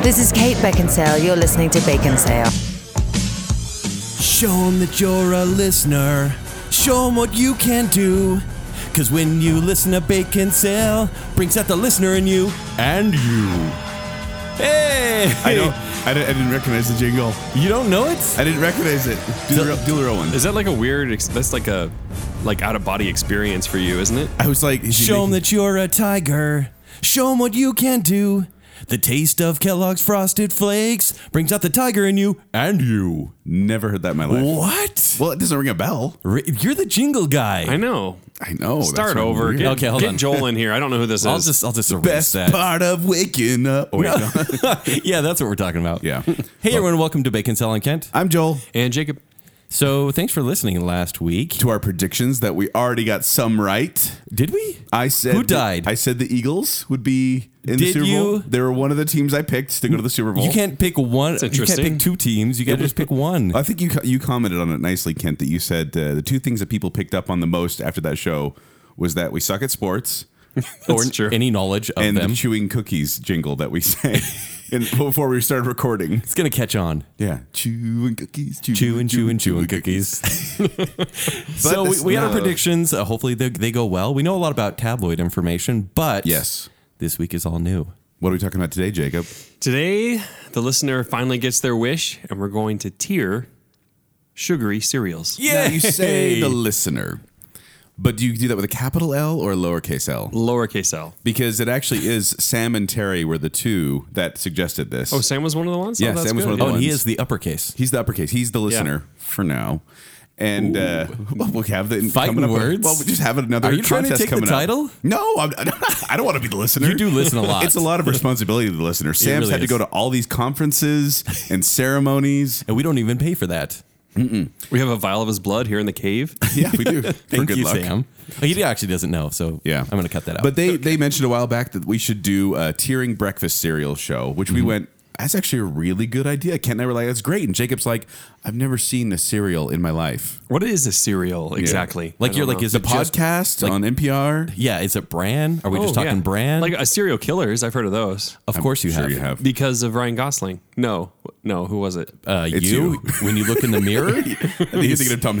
This is Kate Beckinsale. You're listening to Bacon Sale. Show 'em that you're a listener. Show 'em what you can do. Cause when you listen to Bacon Sale, brings out the listener in you. And you. Hey! I don't. I didn't, I didn't recognize the jingle. You don't know it? I didn't recognize it. Do the, real, do the real one. Is that like a weird? ex- That's like a like out of body experience for you, isn't it? I was like, is he Show 'em making- that you're a tiger. Show 'em what you can do. The taste of Kellogg's Frosted Flakes brings out the tiger in you. And you. Never heard that in my life. What? Well, it doesn't ring a bell. Re- You're the jingle guy. I know. I know. that's Start what I'm over. weird. Get, Okay, hold get on. Joel in here. I don't know who this I'll is. just I'll just erase Best that. part of waking up. Oh, wait, no. yeah, that's what we're talking about. Yeah. Hey everyone, welcome to Bacon Sale on Kent. I'm Joel. and Jacob. So thanks for listening last week. To our predictions that we already got some right. Did we? I said Who died? I said the Eagles would be in the Did Super Bowl. you? They were one of the teams I picked to go to the Super Bowl. You can't pick one. You can't interesting. pick two teams. You got to just pick one. I think you you commented on it nicely, Kent. That you said uh, the two things that people picked up on the most after that show was that we suck at sports That's true. Any knowledge of and them, the chewing cookies jingle that we sang in, before we started recording. it's gonna catch on. Yeah, chewing cookies, Chewing, chewing, chewing cookies. so we, this- we had our no. predictions. Uh, hopefully they, they go well. We know a lot about tabloid information, but Yes. this week is all new. What are we talking about today, Jacob? Today, the listener finally gets their wish, and we're going to tier sugary cereals. Yeah, you say Yay. the listener, but do you do that with a capital L or a lowercase L? Lowercase L. Because it actually is Sam and Terry were the two that suggested this. Oh, Sam was one of the ones. Yeah, oh, that's Sam was one good. of the Oh, and he ones. is the uppercase. He's the uppercase. He's the listener for now. And uh, well, we'll have the Fighting coming up- words? Well, we just have another. Are you trying to contest take the coming up. title? No, I'm, I don't want to be the listener. You do listen a lot. It's a lot of responsibility to the listener. Sam's really had to is. go to all these conferences and ceremonies. And we don't even pay for that. We have a vial of his blood here in the cave. Yeah, we do. Thank you, Sam. Oh, He actually doesn't know, so Yeah, I'm going to cut that out. But they they mentioned a while back that we should do a tiering breakfast cereal show, which Mm-hmm. we went. That's actually a really good idea. Kent and I were like, "That's great." And Jacob's like, "I've never seen a cereal in my life." What is a cereal exactly? like I you're don't like, know. is The it just- podcast on NPR. yeah, is it Bran? Are we just Oh, talking yeah. Bran? Like a serial killers. I've heard of those. of course you Sure, have. you have. Because of Ryan Gosling. No, no. Who was it? Uh, It's you, you. when you look in the mirror. I think you're thinking of Tom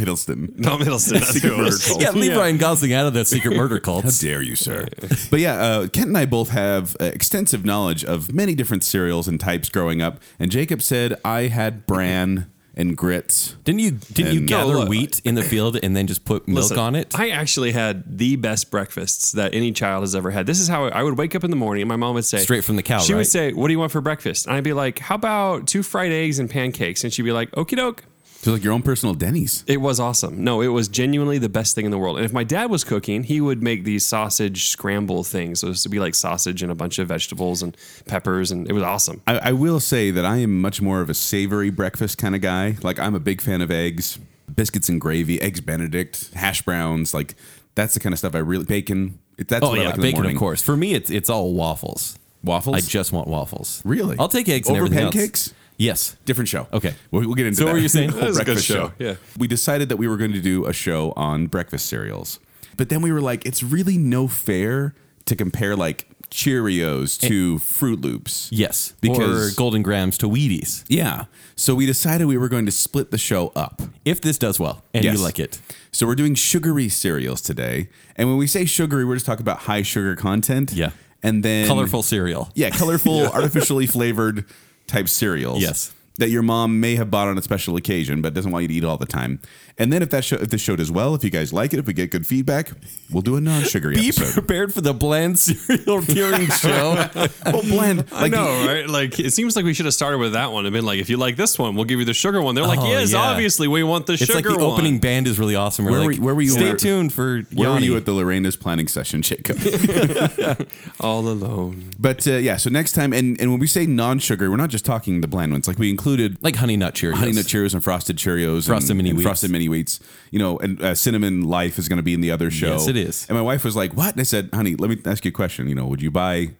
Hiddleston. Tom Hiddleston. That's who it was. yeah, leave Ryan Gosling out of the secret murder cults. Dare you, sir? but yeah, uh, Kent and I both have uh, extensive knowledge of many different cereals and types growing up. And Jacob said I had bran and grits. Didn't you didn't you And- uh, gather No, look. wheat in the field and then just put milk Listen, on it? I actually had the best breakfasts that any child has ever had. This is how I would wake up in the morning and my mom would say, Straight from the cow, She right? would say, What do you want for breakfast? And I'd be like, How about two fried eggs and pancakes? And she'd be like, Okie doke. So like your own personal Denny's. It was awesome. No, it was genuinely the best thing in the world. And if my dad was cooking, he would make these sausage scramble things. So this would be like sausage and a bunch of vegetables and peppers, and it was awesome. I, I will say that I am much more of a savory breakfast kind of guy. Like I'm a big fan of eggs, biscuits and gravy, eggs Benedict, hash browns. Like that's the kind of stuff I really bacon. That's oh what I yeah, like in the bacon morning. of course. For me, it's it's all waffles. Waffles. I just want waffles. Really? I'll take eggs and Over everything else. pancakes? Yes. Different show. Okay. We'll, we'll get into So that. what were you saying? whole That was a good breakfast show, yeah. We decided that we were going to do a show on breakfast cereals. But then we were like, it's really no fair to compare like Cheerios to Fruit Loops. Yes. Because- or golden grams to Wheaties. Yeah. So we decided we were going to split the show up. If this does well and Yes. you like it, So we're doing sugary cereals today. And when we say sugary, we're just talking about high sugar content. Yeah. And then colorful cereal. Yeah, colorful, artificially flavored type cereals. Yes. That your mom may have bought on a special occasion, but doesn't want you to eat all the time. And then if that show, if this show does well, if you guys like it, if we get good feedback, we'll do a non-sugary Be episode. prepared for the bland cereal tiering show. well, blend. I know, right? Like, it seems like we should have started with that one and been like, if you like this one, we'll give you the sugar one. They're like, Oh, yes, yeah. obviously, we want the It's sugar like the one. opening band is really awesome. We're Where like, were- where were you Stay at- tuned for. Where were Yanni." you at the Lorena's planning session, Jacob? All alone. but uh, yeah, so next time, and, and when we say non-sugary, we're not just talking the bland ones. Like we included like honey nut Cheerios? Honey Nut Cheerios and Frosted Cheerios, Frosted and, Mini and Wheats. Frosted Mini Wheats. You know, and uh, Cinnamon Life is going to be in the other show. Yes, it is. And my wife was like, "What?" And I said, "Honey, let me ask you a question. You know, would you buy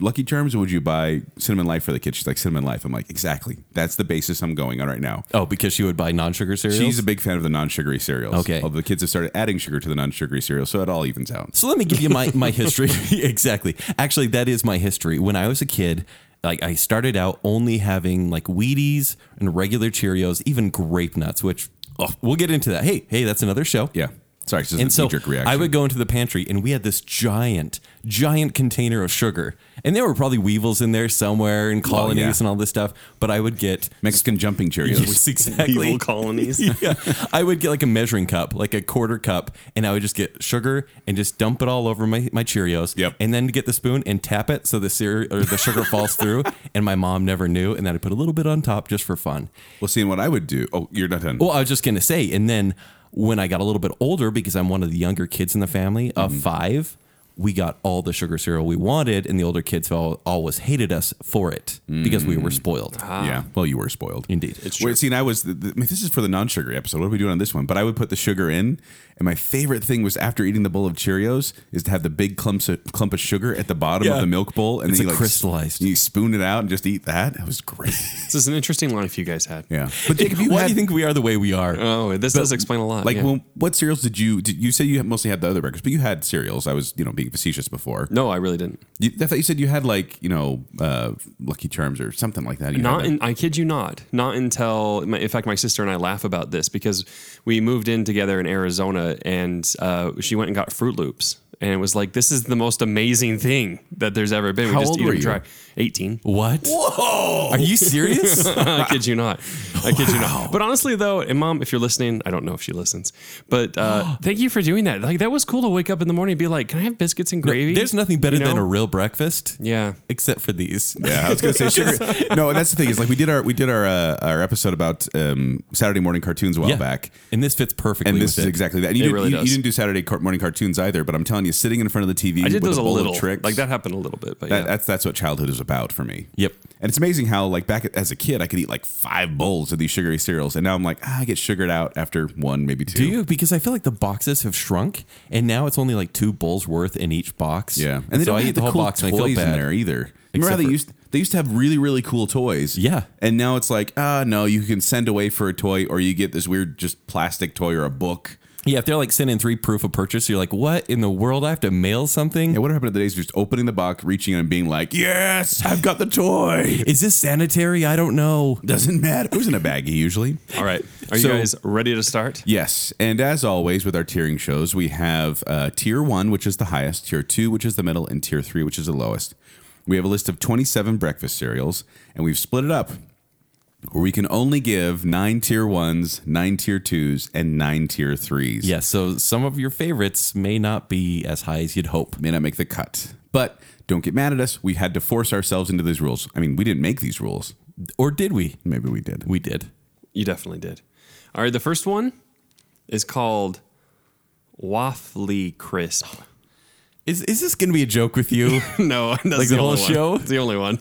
Lucky Charms or would you buy Cinnamon Life for the kids?" She's like, "Cinnamon Life." I'm like, "Exactly. That's the basis I'm going on right now." Oh, because she would buy non-sugar cereals. She's a big fan of the non-sugary cereals. Okay. although the kids have started adding sugar to the non-sugary cereals, so it all evens out. So let me give you my, my history. exactly. Actually, that is my history. When I was a kid, like I started out only having like Wheaties and regular Cheerios, even grape nuts, which oh, we'll get into that. Hey, hey, that's another show. Yeah. Sorry, it's just And a so knee-jerk reaction. I would go into the pantry and we had this giant, giant container of sugar. And there were probably weevils in there somewhere and colonies yeah. and all this stuff. But I would get Mexican jumping Cheerios. Yes, exactly. Evil colonies. yeah. I would get like a measuring cup, like a quarter cup, and I would just get sugar and just dump it all over my, my Cheerios. Yep. And then get the spoon and tap it so the cereal or the sugar falls through. And my mom never knew. And then I put a little bit on top just for fun. Well, seeing what I would do. Oh, you're not done. Well, I was just gonna say, and then when I got a little bit older, because I'm one of the younger kids in the family of five, we got all the sugar cereal we wanted, and the older kids all, always hated us for it because we were spoiled. yeah. Well, you were spoiled. Indeed. Mm. Ah. It's Wait, see, and I was. The, the, I mean, this is for the non-sugary episode. What are we doing on this one? But I would put the sugar in, and my favorite thing was after eating the bowl of Cheerios is to have the big clumps of, clump of sugar at the bottom Yeah. of the milk bowl, and It's then like you crystallized. You spoon it out and just eat that. That was great. This is an interesting life you guys had. yeah. But Jacob, you Why had, do you think we are the way we are? Oh, this does explain a lot. Like, yeah. well, what cereals did you? Did you say you had- mostly had the other breakfast, but you had cereals. I was, you know, being facetious before. no, I really didn't. You, I thought you said you had like, you know, uh, Lucky Charms or something like that. You Not had in, I kid you not. Not until, my, in fact, my sister and I laugh about this because we moved in together in Arizona, and uh, she went and got Fruit Loops, and it was like this is the most amazing thing that there's ever been. How we just old eat were them you? dry. Eighteen. What? Whoa! Are you serious? I kid you not. I kid you not. But honestly, though, and mom, if you're listening, I don't know if she listens, but uh, thank you for doing that. Like that was cool to wake up in the morning and be like, "Can I have biscuits and gravy?" There's nothing better You than know? a real breakfast, yeah. except for these. Yeah, I was gonna say sugar. No, and that's the thing is like we did our we did our uh, our episode about um, Saturday morning cartoons a while Yeah. back, and this fits perfectly. and this with is it. exactly that. And you, It did, really you, you does. didn't do Saturday car- morning cartoons either, but I'm telling you, sitting in front of the TV, I did with those a, bowl of little. tricks, Like that happened a little bit, but That, yeah. That's that's what childhood is about for me. Yep. And it's amazing how like back as a kid I could eat like five bowls of these sugary cereals, and now I'm like ah, I get sugared out after one maybe two. Do you? Because I feel like the boxes have shrunk, and now it's only like two bowls worth in each box. Yeah, and so I have eat the whole box. And I feel toys bad. in there either. Remember how Except they for- used they used to have really really cool toys. Yeah. and now it's like ah no, you can send away for a toy, or you get this weird just plastic toy or a book. Yeah, if they're like sending three proof of purchase, you're like, what in the world? I have to mail something. Yeah, what happened to the days of just opening the box, reaching in, and being like, yes, I've got the toy. Is this sanitary? I don't know. Doesn't matter. It was in a baggie usually. All right. Are So- you guys ready to start? Yes, and as always with our tiering shows, we have uh, tier one, which is the highest, tier two, which is the middle, and tier three, which is the lowest. We have a list of 27 breakfast cereals, and we've split it up where we can only give nine tier ones, nine tier twos, and nine tier threes. Yeah, so some of your favorites may not be as high as you'd hope. may not make the cut, but don't get mad at us. We had to force ourselves into these rules. I mean, we didn't make these rules. Or did we? Maybe we did. We did. You definitely did. All right, the first one is called Waffly Crisp. Is is this going to be a joke with you? no, that's Like the only whole one. show? It's the only one.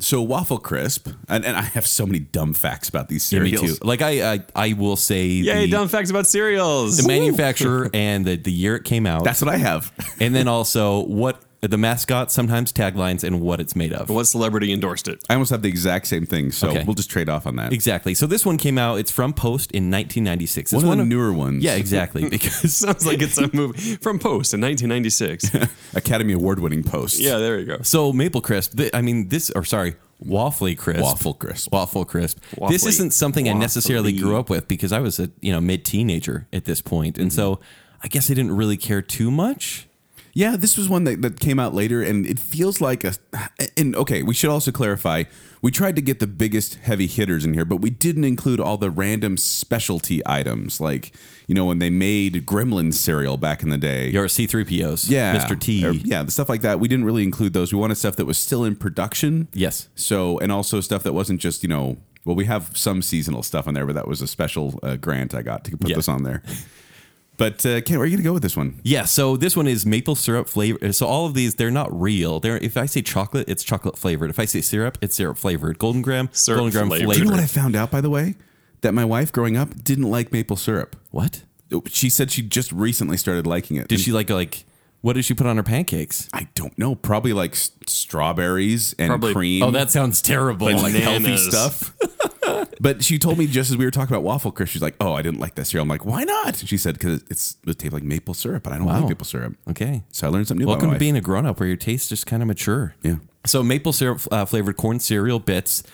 So waffle crisp, and, and I have so many dumb facts about these Yeah, cereals. Like I, I, I will say, Yay, the, dumb facts about cereals. the Woo! manufacturer and the, the year it came out, That's what I have. and then also what the mascot, sometimes taglines, and what it's made of. what celebrity endorsed it? I almost have the exact same thing, so Okay. we'll just trade off on that. Exactly. So this one came out. It's from Post in 1996. It's One, of the newer ones. Yeah, exactly. Because Sounds like it's a movie from Post in 1996. Academy Award winning post. yeah, there you go. so Maple Crisp. th- I mean, this or sorry, Waffly Crisp. Waffle crisp. Waffle crisp. This Waffly. isn't something I necessarily Waffly. grew up with because I was a you know mid teenager at this point, and so Mm-hmm. I guess I didn't really care too much. Yeah, this was one that, that came out later, and it feels like a. And okay, we should also clarify we tried to get the biggest heavy hitters in here, but we didn't include all the random specialty items. Like, you know, when they made Gremlin cereal back in the day. Your C3POs. yeah. Mr. T. or- yeah, the stuff like that. We didn't really include those. We wanted stuff that was still in production. Yes. So, and also stuff that wasn't just, you know, well, we have some seasonal stuff on there, but that was a special uh, grant I got to put Yeah. this on there. But, uh, Ken, where are you going to go with this one? Yeah, so this one is maple syrup flavor. So all of these, they're not real. They're if I say chocolate, it's chocolate flavored. If I say syrup, it's syrup flavored. Golden graham, Syrup golden graham flavored. flavored. Do you know what I found out, by the way? That my wife growing up didn't like maple syrup. Oh, What? She said she just recently started liking it. Did she like like what did she put on her pancakes? I don't know. Probably like s- strawberries and Probably- cream. Oh, that sounds terrible. like healthy Bananas. stuff. but she told me just as we were talking about waffle crisp, she's like, "Oh, I didn't like that cereal." I'm like, "Why not?" She said, "Because it's it tastes like maple syrup, and I don't Wow. like maple syrup." Okay. So I learned something new. Welcome to about my being a grown up where your tastes just kind of mature. wife. yeah. So maple syrup uh, flavored corn cereal bits,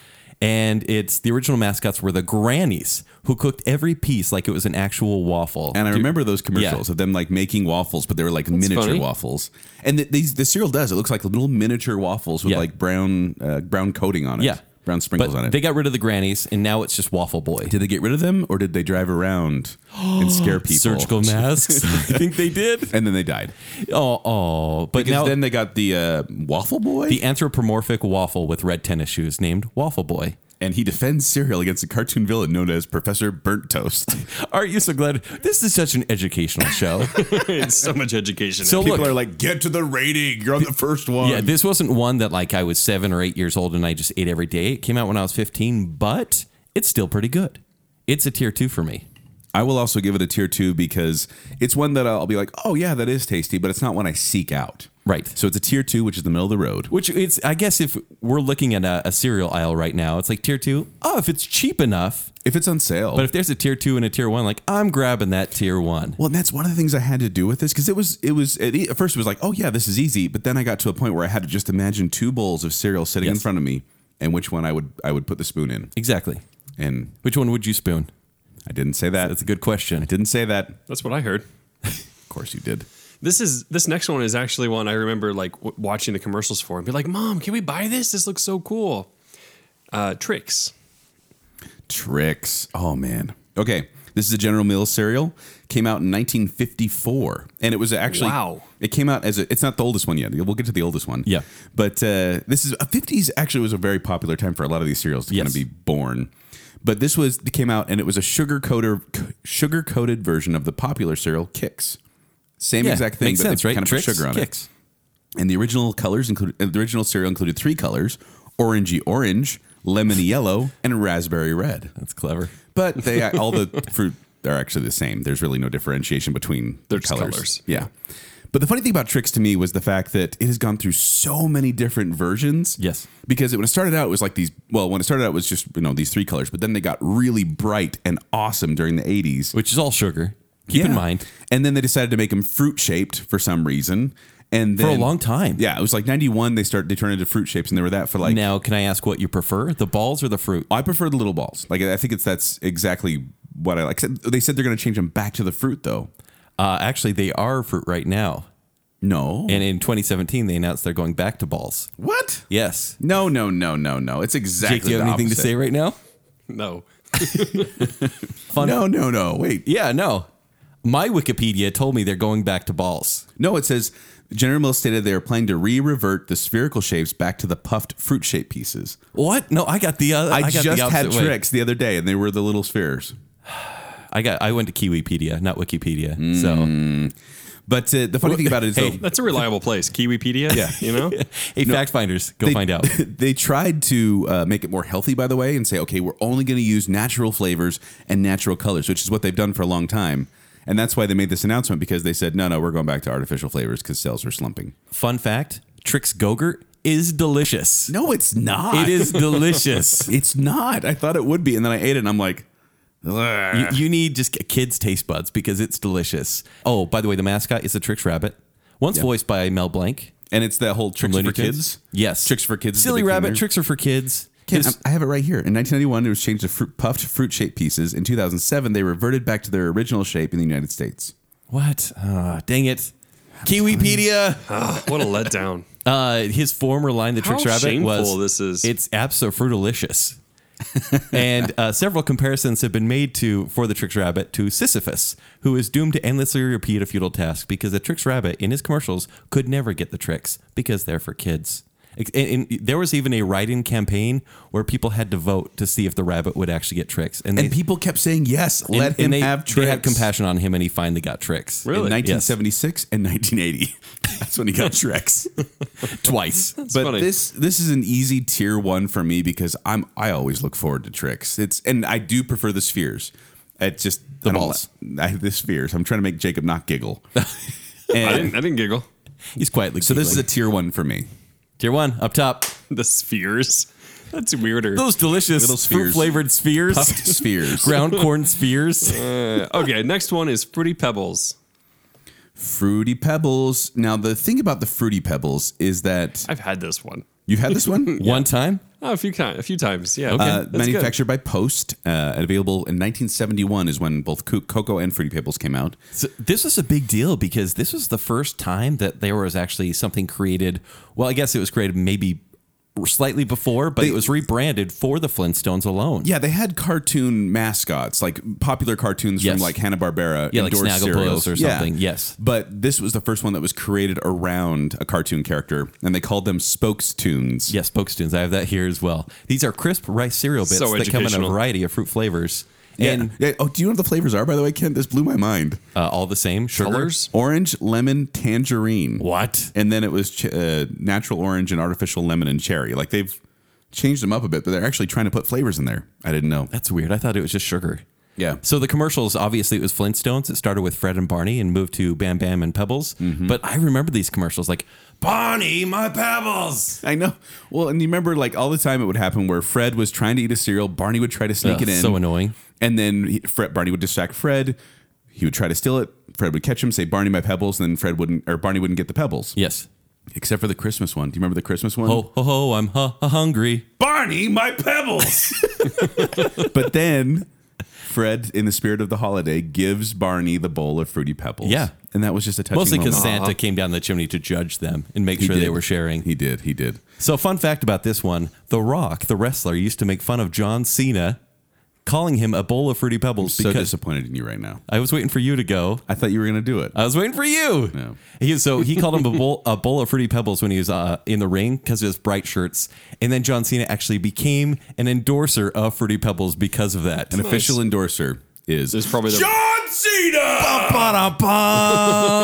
and it's the original mascots were the grannies who cooked every piece like it was an actual waffel. And I Dude, remember those commercials of them like making waffles, but they were like miniature funny. waffles. And the, these the cereal does it looks like little miniature waffles with Yeah. like brown uh, brown coating on it. yeah, brown sprinkles But on it. They got rid of the grannies, and now it's just waffle boy. did they get rid of them, or did they drive around and scare people? Surgical masks. I think they did. and then they died. Oh, oh, but Because now then they got the uh, waffle boy, the anthropomorphic waffle with red tennis shoes named Waffle Boy. and he defends cereal against a cartoon villain known as Professor Burnt Toast. Aren't you so glad? This is such an educational show. it's so much education. So People look, are like, "Get to the rating! You're on the first one." yeah, this wasn't one that like I was seven or eight years old and I just ate every day. It came out when I was 15, but it's still pretty good. It's a tier two for me. I will also give it a tier two because it's one that I'll be like, "Oh yeah, that is tasty," but it's not one I seek out. Right. So it's a tier two, which is the middle of the road. Which it's, I guess, if we're looking at a, a cereal aisle right now, it's like tier two. Oh, if it's cheap enough. If it's on sale, But if there's a tier two and a tier one, like I'm grabbing that tier one. Well, and that's one of the things I had to do with this because it was it was at e- at first it was like, oh yeah, this is easy, but then I got to a point where I had to just imagine two bowls of cereal sitting in Yes. front of me and which one I would I would put the spoon in, Exactly. and Which one would you spoon? I didn't say that. That's a good question. didn't say that. That's what I heard. Of course you did. This is this next one is actually one I remember like w- watching the commercials for and be like, "Mom, can we buy this? This looks so cool." Uh, tricks. Tricks. Oh man. Okay. This is a General Mills cereal. Came out in 1954, and it was actually Wow. It came out as a, it's not the oldest one yet. We'll get to the oldest one. Yeah. But uh, this is 50s. Actually, was a very popular time for a lot of these cereals to Yes. kind of be born. But this was it came out, and it was a sugar coater sugar coated version of the popular cereal Kix. Same Yeah, exact thing, makes but they sense, right? kind of put Tricks, sugar on it. kicks. And the original colors included the original cereal included three colors: orangey orange, lemony yellow, and raspberry red. That's clever. But they all the fruit are actually the same. There's really no differentiation between They're the just colors. colors. Yeah. But the funny thing about Tricks to me was the fact that it has gone through so many different versions. Yes. Because it, when it started out, it was like these. Well, when it started out, it was just you know these three colors. But then they got really bright and awesome during the 80s. Which is all sugar. Keep in Yeah. mind. And then they decided to make them fruit shaped for some reason. And For a then- long time. Yeah, it was like 91. They start they turned into fruit shapes, and they were that for like Now, can I ask what you prefer, the balls or the fruit? I prefer the little balls. Like I think it's that's exactly what I like. Except They said they're going to change them back to the fruit though. Uh, actually, they are fruit right now. No. And in 2017, they announced they're going back to balls. what? Yes. No, no, no, no, no. It's exactly. Jake, do you have the anything to opposite. say right now? No. Fun. No, no, no. Wait. Yeah, no. My Wikipedia told me they're going back to balls. No, it says General Mills stated they are planning to re-revert the spherical shapes back to the puffed fruit shape pieces. What? No, I got the other. I, I, got just the had opposite way. tricks the other day, and they were the little spheres. I got. I went to Kiwipedia, not Wikipedia. So, But uh, the funny thing about it is, Hey. though, That's a reliable place. Kiwipedia. Yeah. You know? hey, fact finders, go they- find out. they tried to uh, make it more healthy, by the way, and say, okay, we're only going to use natural flavors and natural colors, which is what they've done for a long time. And that's why they made this announcement because they said, no, no, we're going back to artificial flavors because sales are slumping. Fun fact: Trix Gogurt is delicious. No, it's not. It is delicious. It's not. I thought it would be, and then I ate it, and I'm like, "Ugh." you, you need just a kids' taste buds because it's delicious. Oh, by the way, the mascot is a Trix Rabbit, once voiced by Mel Blanc. and it's that whole tricks Looney for kids. Yes. tricks for kids. is the Silly big thing Rabbit, there. tricks are for kids. Ken, His- I I have it right here. In 1991, it was changed to fruit, puffed fruit shaped pieces. In 2007, they reverted back to their original shape in the United States. what? Ah, dang it. Kiwipedia. Ah, what a letdown. Uh, his former line, the Tricks How Rabbit, shameful was this is. It's absolutely and uh, several comparisons have been made to for the Tricks Rabbit to Sisyphus, who is doomed to endlessly repeat a futile task because the Tricks Rabbit in his commercials could never get the tricks because they're for kids. Ex- And, and there was even a write-in campaign where people had to vote to see if the rabbit would actually get tricks, and, they, And people kept saying, yes, and- let and him they, have tricks. They had compassion on him, and he finally got tricks In Really? 1976 and 1980. That's when he got tricks. twice. but funny. this this is an easy tier one for me because I'm I always look forward to tricks. It's and I do prefer the spheres. It's just the balls. I, the spheres. I'm trying to make Jacob not giggle. I And didn't, I didn't giggle. He's quietly. so this is a tier one for me. tier one up top. The spheres. That's weirder. Those Little delicious spheres. fruit flavored spheres. Puffed spheres. ground corn spheres. Uh, okay. Next one is Fruity Pebbles. Fruity Pebbles. Now the thing about the Fruity Pebbles is that I've had this one. You've had this one? One time? Oh, a few times. A few times. Yeah. Uh, That's good. manufactured by Post, uh, and available in 1971 is when both Co- cocoa and fruity pebbles came out. So this was a big deal because this was the first time that there was actually something created. Well, I guess it was created maybe slightly before, but They- it was rebranded for the Flintstones alone. Yeah, they had cartoon mascots, like popular cartoons Yes. from like Hanna Barbera. Yeah, like Snagglepuss or something, yes. but this was the first one that was created around a cartoon character, and they called them Spokestunes. Yes, Spokestones. I have that here as well. These are crisp rice cereal bits So that come in a educational. variety of fruit flavors. And And yeah. oh, do you know what the flavors are? By the way, Kent, this blew my mind: uh, all the same, sugar. Colors? orange, lemon, tangerine. What? And then it was ch- uh, natural orange and artificial lemon and cherry. Like they've changed them up a bit, but they're actually trying to put flavors in there. I didn't know. That's weird. I thought it was just sugar. Yeah. So the commercials, obviously, it was Flintstones. It started with Fred and Barney and moved to Bam Bam and Pebbles. Mm-hmm. But I remember these commercials like, Barney, my Pebbles. I know. Well, and you remember like all the time it would happen where Fred was trying to eat a cereal, Barney would try to sneak Ugh, it in. so annoying. And then he, Fred, Barney would distract Fred. He would try to steal it. Fred would catch him, say Barney my pebbles, and then Fred wouldn't or Barney wouldn't get the pebbles. Yes. "Oh, Except for the Christmas one. Do you remember the Christmas one? Ho, ho, ho, I'm hu- hu- hungry. Barney my pebbles. but then Fred, in the spirit of the holiday, gives Barney the bowl of fruity pebbles. Yeah. And that was just a touching Mostly because moment. Santa came down the chimney to judge them and make He sure they did. were sharing. He did. He did. So, fun fact about this one The Rock, the wrestler, used to make fun of John Cena, calling him a bowl of Fruity Pebbles So because disappointed in you right now. I was waiting for you to go. I thought you were gonna do it. I was waiting for you. No. He, so he called him a bowl, a bowl of fruity pebbles when he was uh, in the ring because of his bright shirts. And then John Cena actually became an endorser of fruity pebbles because of that. An official endorser is There's probably the, John Cena.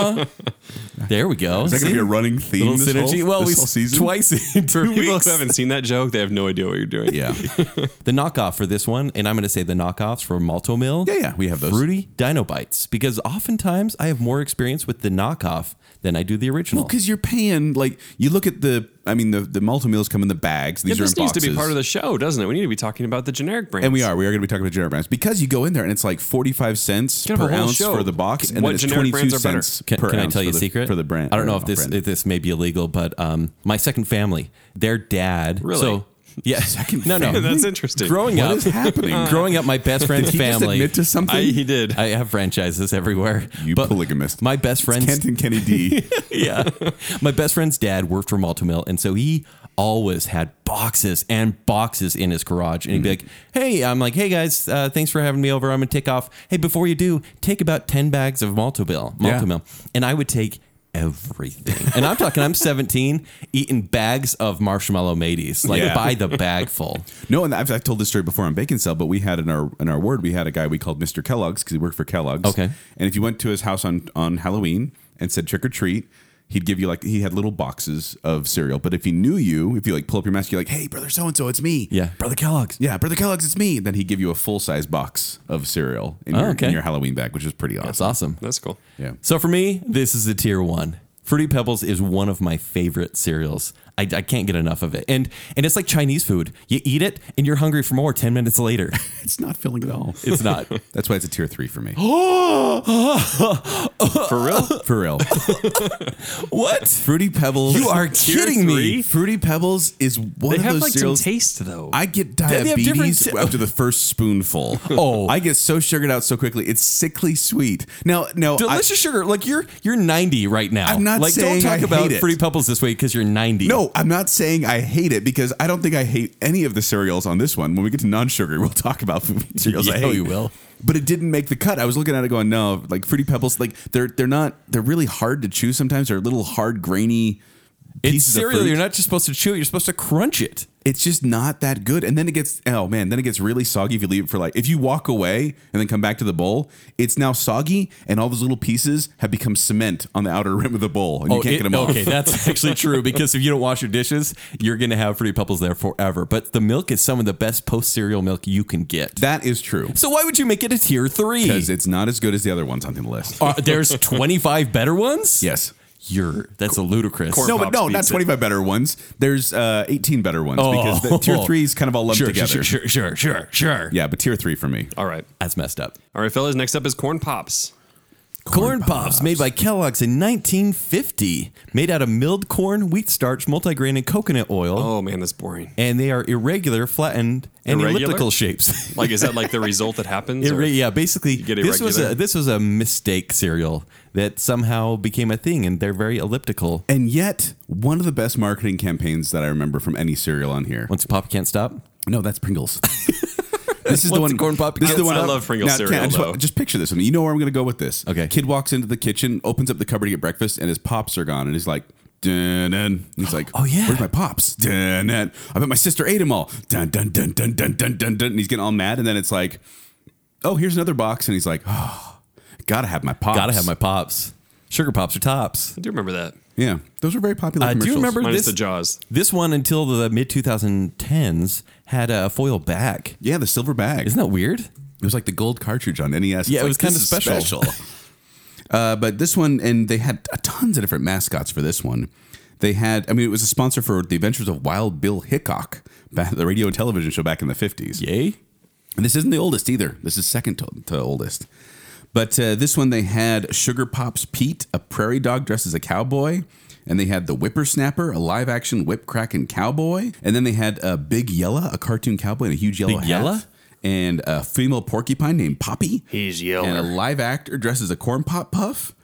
there we go. Is that going to be a running theme? little this synergy. Whole, well, this we whole season? twice in two people weeks. who haven't seen that joke, they have no idea what you're doing. Yeah, The knockoff for this one, and I'm going to say the knockoffs for Malto Mill. Yeah, yeah, we have those. Fruity Dino Bites because oftentimes I have more experience with the knockoff than I do the original. because you're paying. Like you look at the. I mean, the the multi meals come in the bags. These Yeah, are this in needs boxes. to be part of the show, doesn't it? We need to be talking about the generic brands. And we are. We are going to be talking about generic brands because you go in there and it's like forty five cents can have per a whole ounce show. for the box, and What then it's twenty generic two brands are better? cents Can, per can I ounce tell for you a the- secret for the brand? I don't know or if this brand. if this may be illegal, but um, my second family, their dad. Really? So yeah, Second No, no. family? That's interesting. Growing What up, is happening? growing up, my best friend's Did he just family. admit to something? I, he did. I have franchises everywhere. You but polygamist. My best friend's Kent and Kenny D. yeah. My best friend's dad worked for Malta Mill, and so he always had boxes and boxes in his garage. And he'd be like, "Hey, I'm like, hey guys, uh, thanks for having me over. I'm gonna take off. Hey, before you do, take about ten bags of Malta Mill, Malta Yeah. Mill." And I would take everything, and I'm talking, I'm 17, eating bags of marshmallow mateys, like Yeah. by the bag full. No, and I've, I've told this story before on Bacon Cell, but we had in our in our ward we had a guy we called Mister Kellogg's because he worked for Kellogg's. Okay. and if you went to his house on on Halloween and said trick or treat, he'd give you like he had little boxes of cereal. But if he knew you, if you like pull up your mask, you're like, "Hey, brother, so and so, it's me." Yeah, brother Kellogg's. yeah, brother Kellogg's, it's me. Then he'd give you a full size box of cereal in, Oh, your, okay. in your Halloween bag, which is pretty awesome. That's awesome. That's cool. Yeah, So for me, this is a tier one. Fruity Pebbles is one of my favorite cereals. I, I can't get enough of it, and and it's like Chinese food. You eat it, and you're hungry for more. Ten minutes later, it's not filling at all. it's not. Ah, That's why it's a tier three for me. For real? for real. what? Fruity Pebbles. You are Tier kidding three? me. Fruity Pebbles is one They of have those like some cereals. taste though. I get they have diabetes different- after the first spoonful. Oh. I get so sugared out so quickly. It's sickly sweet. Now, now, Delicious sugar. Like you're you're 90 right now. I'm not like saying don't talk I about hate it. Fruity Pebbles this way because you're 90. I, no, I'm not saying I hate it because I don't think I hate any of the cereals on this one. When we get to non-sugar, we'll talk about cereals I Yeah, hate. we will. But it didn't make the cut. I was looking at it going, no, like fruity pebbles, like they're they're not they're really hard to chew sometimes. They're little hard grainy it's pieces of cereal. fruit. You're not just supposed to chew it. You're supposed to crunch it. it's just not that good. And then it gets oh man, then it gets really soggy if you leave it for like if you walk away and then come back to the bowl, it's now soggy and all those little pieces have become cement on the outer rim of the bowl and you can't Oh, it- get them okay, off. that's actually true because if you don't wash your dishes, you're gonna have Fruity Pebbles there forever. But the milk is some of the best post cereal milk you can get. that is true. So why would you make it a tier three? Because it's not as good as the other ones on the list. Are- there's 25 better ones. yes. you're that's a ludicrous. Cor- No, but Pops no, not beats it. 25 better ones. There's uh, 18 better ones because the tier Oh. three is kind of all lumped sure, sure, together. sure, sure, sure, sure. Yeah, but tier three for me. All right. that's messed up. All right, fellas. Next up is corn pops. Corn, Pops, made by Kellogg's in 1950, made out of milled corn, wheat starch, multigrain, and coconut oil. Oh man, that's boring. And they are irregular, flattened, and Irregular? elliptical shapes. Like, is that like the result that happens? or- Irre- yeah, basically, get this was irregular? a this was a mistake cereal that somehow became a thing, and they're very elliptical. And yet, one of the best marketing campaigns that I remember from any cereal on here. Once you pop, you can't stop. No, that's Pringles. this is What's the one. a corn pop This is the against? one I love Pringles Now, cereal, I Just, though. just picture this. I mean, you know where I'm going to go with this. Okay. Kid walks into the kitchen, opens up the cupboard to get breakfast, and his pops are gone, and he's like. Dun, dun. He's like, Oh, yeah. where's my pops? Dun, dun. I bet my sister ate them all. Dun dun dun dun dun dun dun dun. And he's getting all mad, and then it's like, oh, here's another box, and he's like, oh, gotta have my pops. Gotta have my pops. Sugar pops are tops. I do remember that. yeah. Those were very popular. I do commercials. remember- Minus this- the Jaws. This one until the mid 2010s had a foil back. Yeah, the silver bag. Isn't that weird? It was like the gold cartridge on NES. It's Yeah, it like, was kind this of is special. uh, but this one, and they had a tons of different mascots for this one. They had, I mean, it was a sponsor for the Adventures of Wild Bill Hickok, back, the radio and television show back in the fifties. Yay. And this isn't the oldest either. This is second to, to oldest. But uh, this one, they had Sugar Pops Pete, a prairie dog dressed as a cowboy. And they had the Whippersnapper, a live action whip cracking cowboy. And then they had uh, Big Yella, a cartoon cowboy in a huge yellow Big hat. Yella? And a female porcupine named Poppy. He's yeller. And a live actor dressed as a corn pop puff.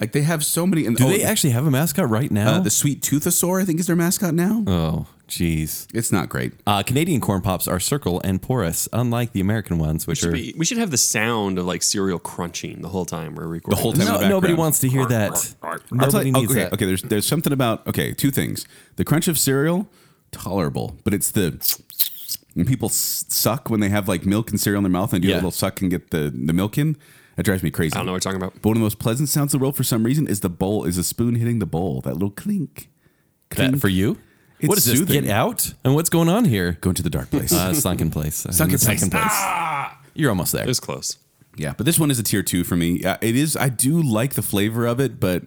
Like they have so many. And oh, Do they actually have a mascot right now? Uh, the Sweet Toothosaur, I think, is their mascot now. oh, jeez. It's not great. Uh, Canadian corn pops are circle and porous, unlike the American ones, which Should are be- we should have the sound of like cereal crunching the whole time we're recording. whole this. time. in No, the nobody background. wants to hear that. I'll tell Nobody you- needs okay, that. okay, there's there's something about okay, two things. The crunch of cereal, tolerable, but it's the when people s- suck when they have like milk and cereal in their mouth and do a Yeah. little suck and get the, the milk in. That drives me crazy. I don't know what you're talking about. But one of the most pleasant sounds in the world for some reason is the bowl, is a spoon hitting the bowl. That little clink. That for you? It's what is this? soothing. Get out? And what's going on here? Go into the dark place. Uh, sunken place. Sunken place. Ah! You're almost there. It was close. yeah, but this one is a tier two for me. Uh, it is. I do like the flavor of it, but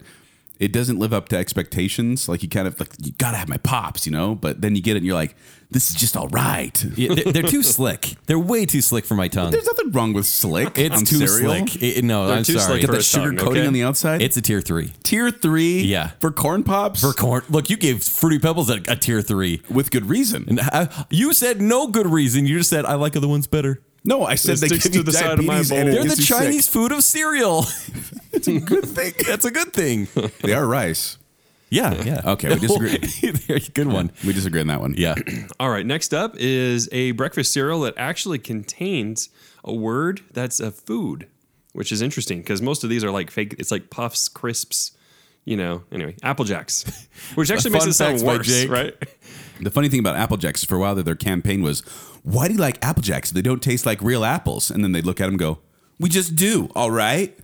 it doesn't live up to expectations. Like you kind of like you gotta have my pops, you know. But then you get it and you're like, this is just all right. Yeah, they're, they're too slick. They're way too slick for my tongue. There's nothing wrong with slick. It's on too cereal. slick. It- no, They're I'm too sorry. slick for The a sugar tongue, coating okay? on the outside. It's a tier three. tier three. Yeah. for corn pops For corn, look, you gave Fruity Pebbles a, a tier three. with good reason. And I- you said no good reason. You just said I like other ones better. No, I said It they sticks give you to the side of my diabetes bowl. and it They're the gets you sick. Chinese food of cereal. Good thing. That's a good thing. they are rice. Yeah, yeah. Okay, we disagree. There's a good one. We disagree on that one. Yeah. All right, next up is a breakfast cereal that actually contains a word that's a food, which is interesting because most of these are like fake. It's like puffs, crisps, you know. Anyway, Apple Jacks, which actually makes Fun it sound facts by worse, Jake. right? The funny thing about Apple Jacks is for a while there, their campaign was, "Why do you like Apple Jacks? They don't taste like real apples." And then they look at them and go, "We just do, all right."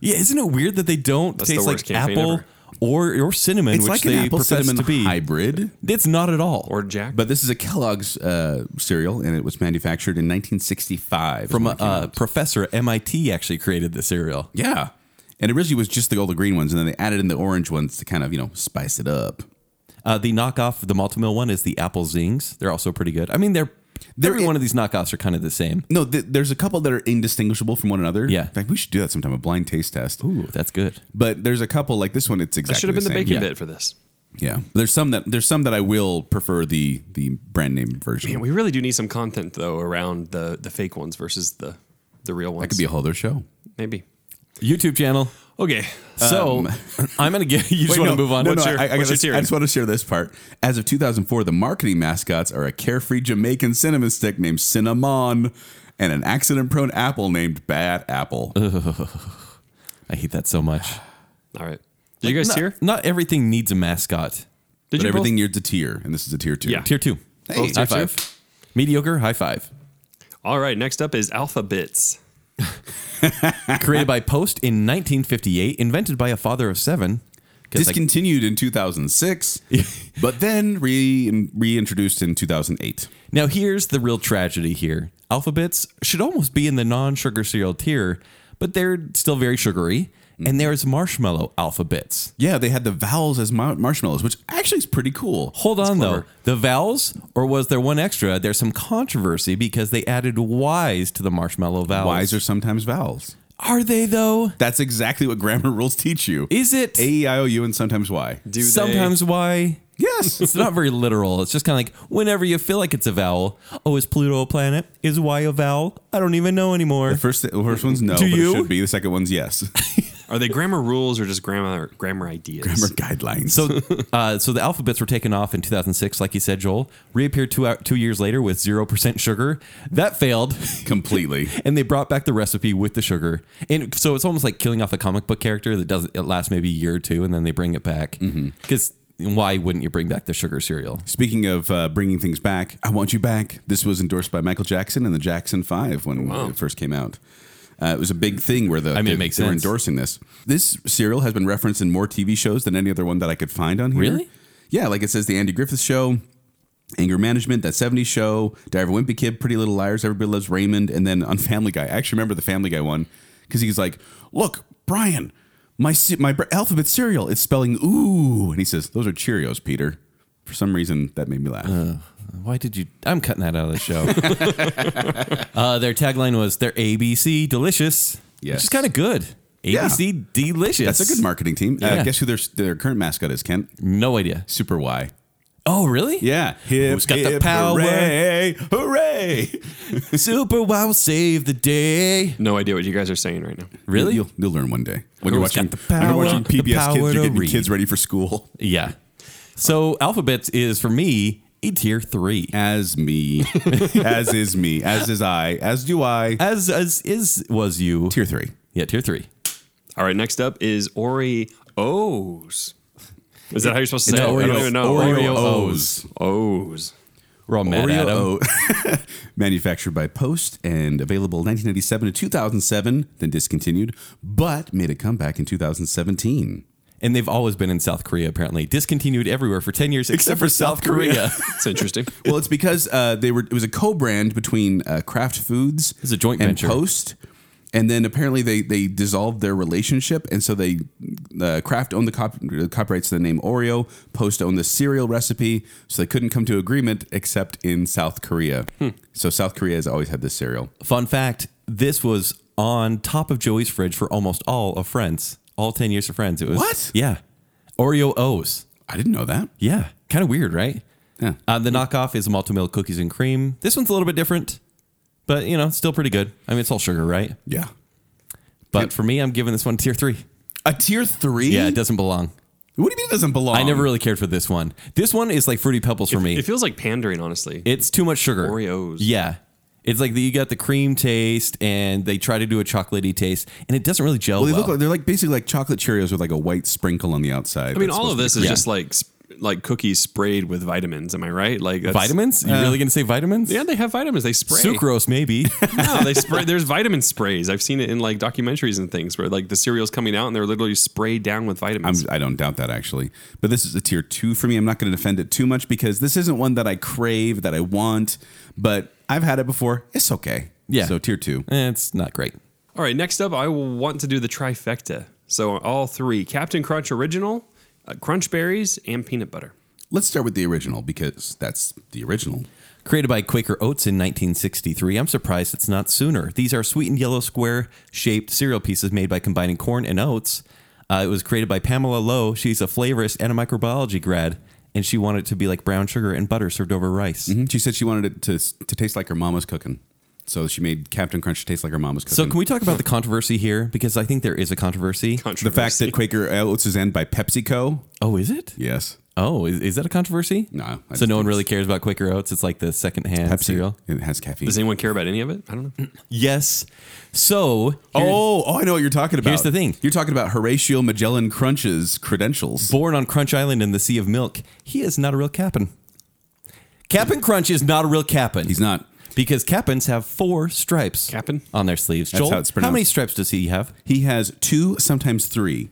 Yeah, isn't it weird that they don't That's the taste worst like campaign apple ever. or or cinnamon, It's which like an they apple profess cinnamon to be? hybrid, It's not at all. Or Jack. but this is a Kellogg's uh, cereal, and it was manufactured in 1965 is from a when it came uh, out. professor at MIT actually created the cereal. yeah. And it originally was just the gold and green ones, and then they added in the orange ones to kind of you know spice it up. Uh, the knockoff, the Maltamil one, is the Apple Zings. They're also pretty good. I mean, they're, every in- one of these knockoffs are kind of the same. No, th- there's a couple that are indistinguishable from one another. Yeah. in fact, we should do that sometime—a blind taste test. Ooh, that's good. But there's a couple like this one. It's that exactly should have been the same. bacon Yeah. bit for this. Yeah, there's some that there's some that I will prefer the the brand name version. Man, we really do need some content though around the the fake ones versus the the real ones. that could be a whole other show. maybe. YouTube channel. Okay, So I'm gonna give you just want to move on. Um, No, What's no, your- I, I, what's gotta- your tier? I just want to share this part. As of 2004, the marketing mascots are a carefree Jamaican cinnamon stick named Cinnamon and an accident-prone apple named Bad Apple. I hate that so much. all right. Did you guys not, hear? Not everything needs a mascot. Did but you everything here's a tier, and this is a tier two. Yeah. Tier two. Hey, high tier two. five. Mediocre. High five. both? All right. Next up is Alphabets. Created by Post in 1958. Invented by a father of seven. 'Cause I- Discontinued in 2006, but then re- reintroduced in 2008. Now, here's the real tragedy here. Alphabets should almost be in the non sugar cereal tier, but they're still very sugary. Mm-hmm. And there's marshmallow alphabets. Yeah, they had the vowels as mar- marshmallows, which actually is pretty cool. Hold on, though. clever. The vowels, or was there one extra? There's some controversy because they added Y's to the marshmallow vowels. Y's are sometimes vowels. Are they though? That's exactly what grammar rules teach you. Is it A, E, I, O, U, and sometimes Y. Do they- sometimes why? Yes. It's not very literal. It's just kind of like whenever you feel like it's a vowel. Oh, is Pluto a planet? Is Y a vowel? I don't even know anymore. the first, the first one's no, Do but you? it should be. The second one's yes. are they grammar rules or just grammar grammar ideas? grammar guidelines. So, uh, so the alphabets were taken off in 2006, like you said, Joel. Reappeared two two years later with zero percent sugar. That failed, completely. and they brought back the recipe with the sugar. And so it's almost like killing off a comic book character that doesn't it lasts maybe a year or two, and then they bring it back. Mm-hmm. Because why wouldn't you bring back the sugar cereal? Speaking of uh, bringing things back, I want you back. This was endorsed by Michael Jackson and the Jackson Five when it first came out. Uh, it was a big thing where the I mean, it they, makes they were sense. endorsing this. This serial has been referenced in more TV shows than any other one that I could find on here. Really? Yeah, like it says the Andy Griffith Show, Anger Management, That 70s Show, Diver Wimpy Kid, Pretty Little Liars, Everybody Loves Raymond, and then on Family Guy. I actually remember the Family Guy one because he's like, "Look, Brian, my ce- my br- alphabet cereal, it's spelling ooh," and he says, "Those are Cheerios, Peter." For some reason, that made me laugh. Uh, Why did you? I'm cutting that out of the show. uh, their tagline was "Their ABC delicious," which Yes. is kind of good. Yeah. ABC delicious. That's a good marketing team. Yeah. Uh, guess who their their current mascot is? Kent No idea. Super Y. Oh, really? Yeah, hip, Who's got the power? Hooray! hooray. Super Wow save the day. No idea what you guys are saying right now. Really? You'll, you'll learn one day when you're Who's watching. got the when you're power? watching The PBS power kids. You're to getting read. kids ready for school. Yeah. So alphabets is for me a tier three. as me, as is me, as is I, as do I. As as is was you. Tier three. Yeah, tier three. All right, next up is Oreos. Is that how you're supposed to say it? I don't Oreos. even know. Oreo O's. O's. We're all mad at 'em. Oreo O. Manufactured by Post and available 1997 to 2007, then discontinued, but made a comeback in 2017. And they've always been in South Korea, apparently. Discontinued everywhere for 10 years, except, for South Korea. It's interesting. Well, it's because uh, they were. It was a co-brand between uh, Kraft Foods. It's a joint and venture. Post, and then apparently they they dissolved their relationship, and so they uh, Kraft owned the cop- the copyrights to the name Oreo. Post owned the cereal recipe, so they couldn't come to agreement except in South Korea. So South Korea has always had this cereal. Fun fact this was on top of Joey's fridge for almost all of Friends, all 10 years of Friends. It was What? Yeah. Oreo O's. I didn't know that. Yeah. Kind of weird, right? Yeah. Uh, the knockoff is malted milk cookies and cream. This one's a little bit different, but you know, still pretty good. I mean, it's all sugar, right? Yeah. But Yep. for me, I'm giving this one tier three. A tier three. Yeah, it doesn't belong. What do you mean it doesn't belong? I never really cared for this one. This one is like fruity pebbles for me. It feels like pandering, honestly. it's too much sugar. Oreos. Yeah. It's like the, you got the cream taste and they try to do a chocolatey taste and it doesn't really gel Well, well. they look like they're like basically like chocolate Cheerios with like a white sprinkle on the outside. I mean, all of this is Yeah. just like sp- like cookies sprayed with vitamins. Am I right? Like that's- vitamins? you Uh, really going to say vitamins? Yeah, they have vitamins. They spray. Sucrose, maybe. No, they spray. There's vitamin sprays. I've seen it in like documentaries and things where like the cereal's coming out and they're literally sprayed down with I'm, vitamins. I don't doubt that actually. But this is a tier two for me. I'm not going to defend it too much because this isn't one that I crave, that I want, but I've had it before. It's okay. Yeah. So tier two. Eh, it's not great. all right, next up, I will want to do the trifecta. So all three: Captain Crunch original, uh, Crunch Berries, and peanut butter. Let's start with the original because that's the original. Created by Quaker Oats in 1963. I'm surprised it's not sooner. These are sweetened yellow square shaped cereal pieces made by combining corn and oats. Uh, it was created by Pamela Lowe. She's a flavorist and a microbiology grad, and she wanted it to be like brown sugar and butter served over rice. She said she wanted it to, to taste like her mama's cooking. So she made Captain Crunch taste like her mama's So, cooking. can we talk about the controversy here? Because I think there is a controversy. the fact Controversy. that Quaker Oats is owned by PepsiCo. oh, is it? Yes. Oh, is, is that a controversy? No, I So, just no think one really it's- cares about Quaker Oats. It's like the secondhand hand cereal. It has caffeine. does anyone care about any of it? I don't know. Yes. So, Oh, oh, I know what you're talking about. Here's the thing. You're talking about Horatio Magellan Crunch's credentials. born on Crunch Island in the Sea of Milk, he is not a real cap'n. Cap'n Crunch is not a real cap'n. He's not. Because cap'ns have four stripes Cap'n? on their sleeves. Joel, how it's many pronounced. stripes does he have? He has two, sometimes three.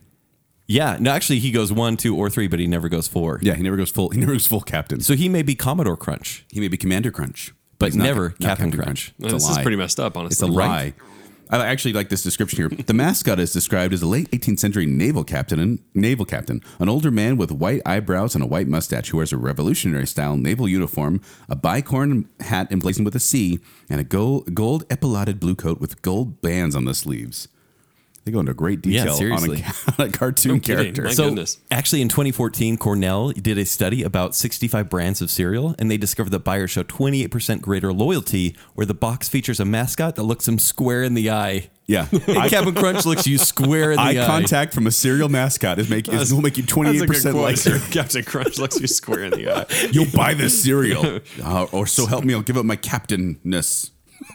Yeah, no, actually, he goes one, two, or three, but he never goes four. Yeah, he never goes full. He never goes full captain. So So he may be Commodore Crunch. he may be Commander Crunch, But he's not- never not Captain Crunch. It's this a lie. is pretty messed up, honestly. it's a lie. I actually like this description here. The mascot is described as a late 18th century naval captain, and naval captain, an older man with white eyebrows and a white mustache who wears a revolutionary style naval uniform, a bicorn hat emblazoned with a C, and a gold, gold epauletted blue coat with gold bands on the sleeves. They go into great Yeah, detail on, seriously. a, on a cartoon kidding. character. Like- Thank so goodness. actually in 2014 cornell did a study about 65 brands of cereal and they discovered that buyers show 28% greater loyalty where the box features a mascot that looks them square in the eye yeah, and eye, captain crunch looks you square in the eye eye contact from a cereal mascot is make is, will make you twenty eight percent lighter. Captain Crunch looks you square in the eye. You'll buy this cereal, Uh, or so help me, I'll give up my captainness.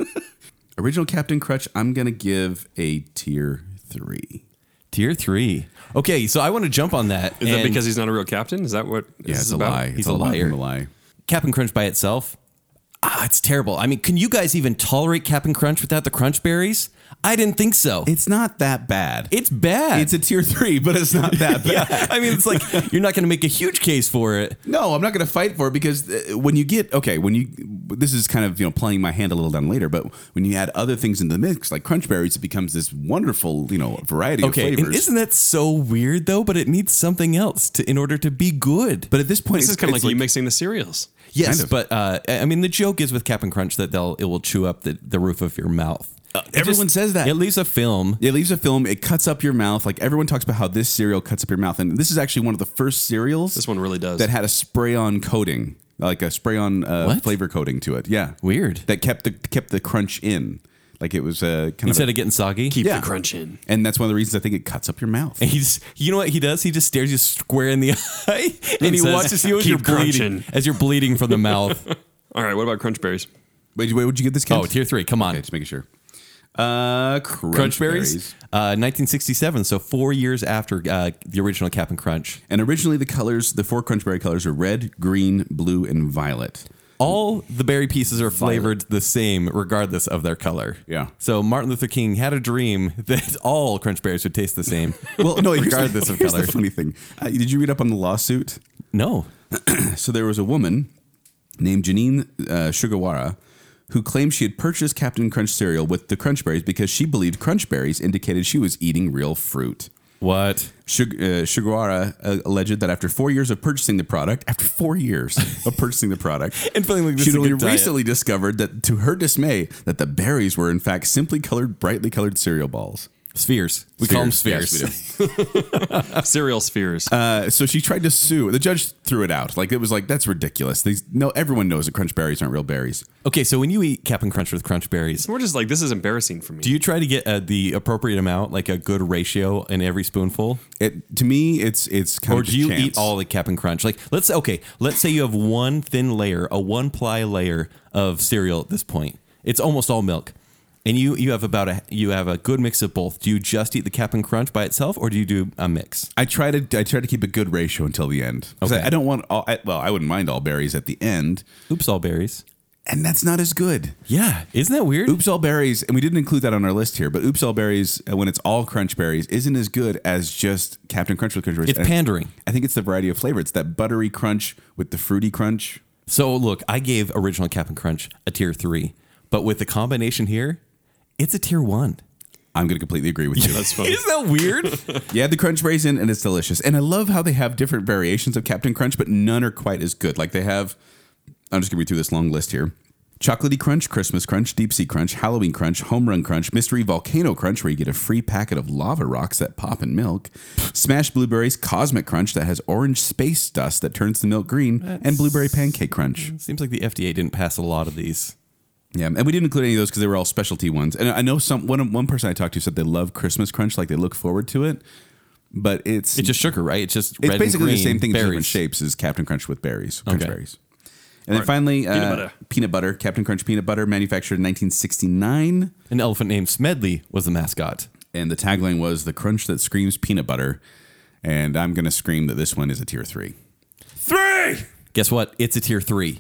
Original Captain Crutch, I'm gonna give a tier three. tier 3 okay so i want to jump on that Is that and because he's not a real captain? Is that what? this Yeah, is it's a about? lie. It's He's a, a lie liar. from a lie. captain crunch by itself ah it's terrible i mean can you guys even tolerate captain crunch without the crunch berries i didn't think so It's not that bad. it's bad it's a tier three, but it's not that bad. yeah, I mean, it's like you're not going to make a huge case for it. No, I'm not going to fight for it because uh, when you get okay, when you this is kind of you know playing my hand a little down later, but when you add other things into the mix like crunch berries, it becomes this wonderful you know variety Okay, and of flavors. isn't that so weird though? But it needs something else to in order to be good. but at this point, This is it's- kind of like, it's you mixing the cereals. yes, kind of. but uh, I I mean, the joke is with Cap'n Crunch that they'll it will chew up the, the roof of your mouth. It everyone just- says that. it leaves Uh, a film. It leaves a film. It cuts up your mouth. Like everyone talks about how this cereal cuts up your mouth, and this is actually one of the first cereals. This one really does. that had a spray-on coating, like a spray-on uh, What? flavor coating to it. Yeah, Weird. That kept the kept the crunch in, like it was uh, kind Instead of. of getting soggy, Keep Yeah. the crunch in. and that's one of the reasons I think it cuts up your mouth. he's you know what he does? He just stares you square in the eye and he says, watches you as "Keep you're bleeding crunching." as you're bleeding from the mouth. All right. What about Crunch Berries? Wait, wait, would you get this? Kent? oh, tier three. Come on. Okay, just making sure. Uh, crunch, Crunch berries, berries. Uh, 1967. So four years after uh, the original Cap'n Crunch. And originally, the colors, the four crunch berry colors, are red, green, blue, and violet. all the berry pieces are flavored the same regardless of their color. Yeah. So Martin Luther King had a dream that all crunch berries would taste the same. Well, no, here's the- Regardless of here's color. The funny thing. Uh, did you read up on the lawsuit? no. So there was a woman named Janine uh, Sugawara who claimed she had purchased Captain Crunch cereal with the crunch berries because she believed crunch berries indicated she was eating real fruit. What? Shug- uh, Sugawara uh, alleged that after four years of purchasing the product, after four years of purchasing the product, And feeling like this she is a had only good diet. recently discovered that, to her dismay, that the berries were in fact simply colored, brightly colored cereal balls. Spheres. We call them Spheres. spheres. Yes, Oh. Cereal spheres. Uh, so she tried to sue. The judge threw it out. Like it was like that's ridiculous. These no, everyone knows that crunch berries aren't real berries. okay, so when you eat Cap'n Crunch with crunch berries, it's more just like this is embarrassing for me. do you try to get uh, the appropriate amount, like a good ratio in every spoonful? It to me, it's it's kind Or of do you eat all the Cap'n Crunch? Like, let's okay, let's say you have one thin layer, a one ply layer of cereal at this point. It's almost all milk, and you you have about a you have a good mix of both. Do you just eat the Cap'n Crunch by itself, or do you do a mix? I try to I try to keep a good ratio until the end. 'Cause I- Okay. I, don't want all. I, well, I wouldn't mind all berries at the end, Oops, all berries. and that's not as good. Yeah, isn't that weird? Oops, all berries, and we didn't include that on our list here. But oops, all berries, uh, when it's all crunch berries, isn't as good as just Captain Crunch with crunch berries. It's And I- pandering. I think it's the variety of flavor. It's that buttery crunch with the fruity crunch. So look, I gave original Cap'n Crunch a tier three, but with the combination here, it's a tier one. I'm going to completely agree with you. That's funny. Isn't that weird? You add the crunch berries in, and it's delicious. And I love how they have different variations of Captain Crunch, but none are quite as good. Like they have, I'm just gonna read through this long list here: chocolatey crunch, Christmas crunch, deep sea crunch, Halloween crunch, home run crunch, mystery volcano crunch, where you get a free packet of lava rocks that pop in milk, smash blueberries, cosmic crunch that has orange space dust that turns the milk green, and blueberry pancake crunch. Seems like the FDA didn't pass a lot of these. Yeah, and we didn't include any of those because they were all specialty ones. And I know some one one person I talked to said they love Christmas crunch, like they look forward to it. But it's It's just sugar, right? It's just It's red and basically the green, same thing, just different berries. shapes as Captain Crunch with berries, crunch Okay. berries. And then finally, uh, Peanut peanut, butter. butter. Captain Crunch peanut butter, manufactured in 1969, An elephant named Smedley was the mascot. and the tagline was "The crunch that screams peanut butter." And I'm gonna scream that this one is a tier three. Three. Guess what? It's a tier three.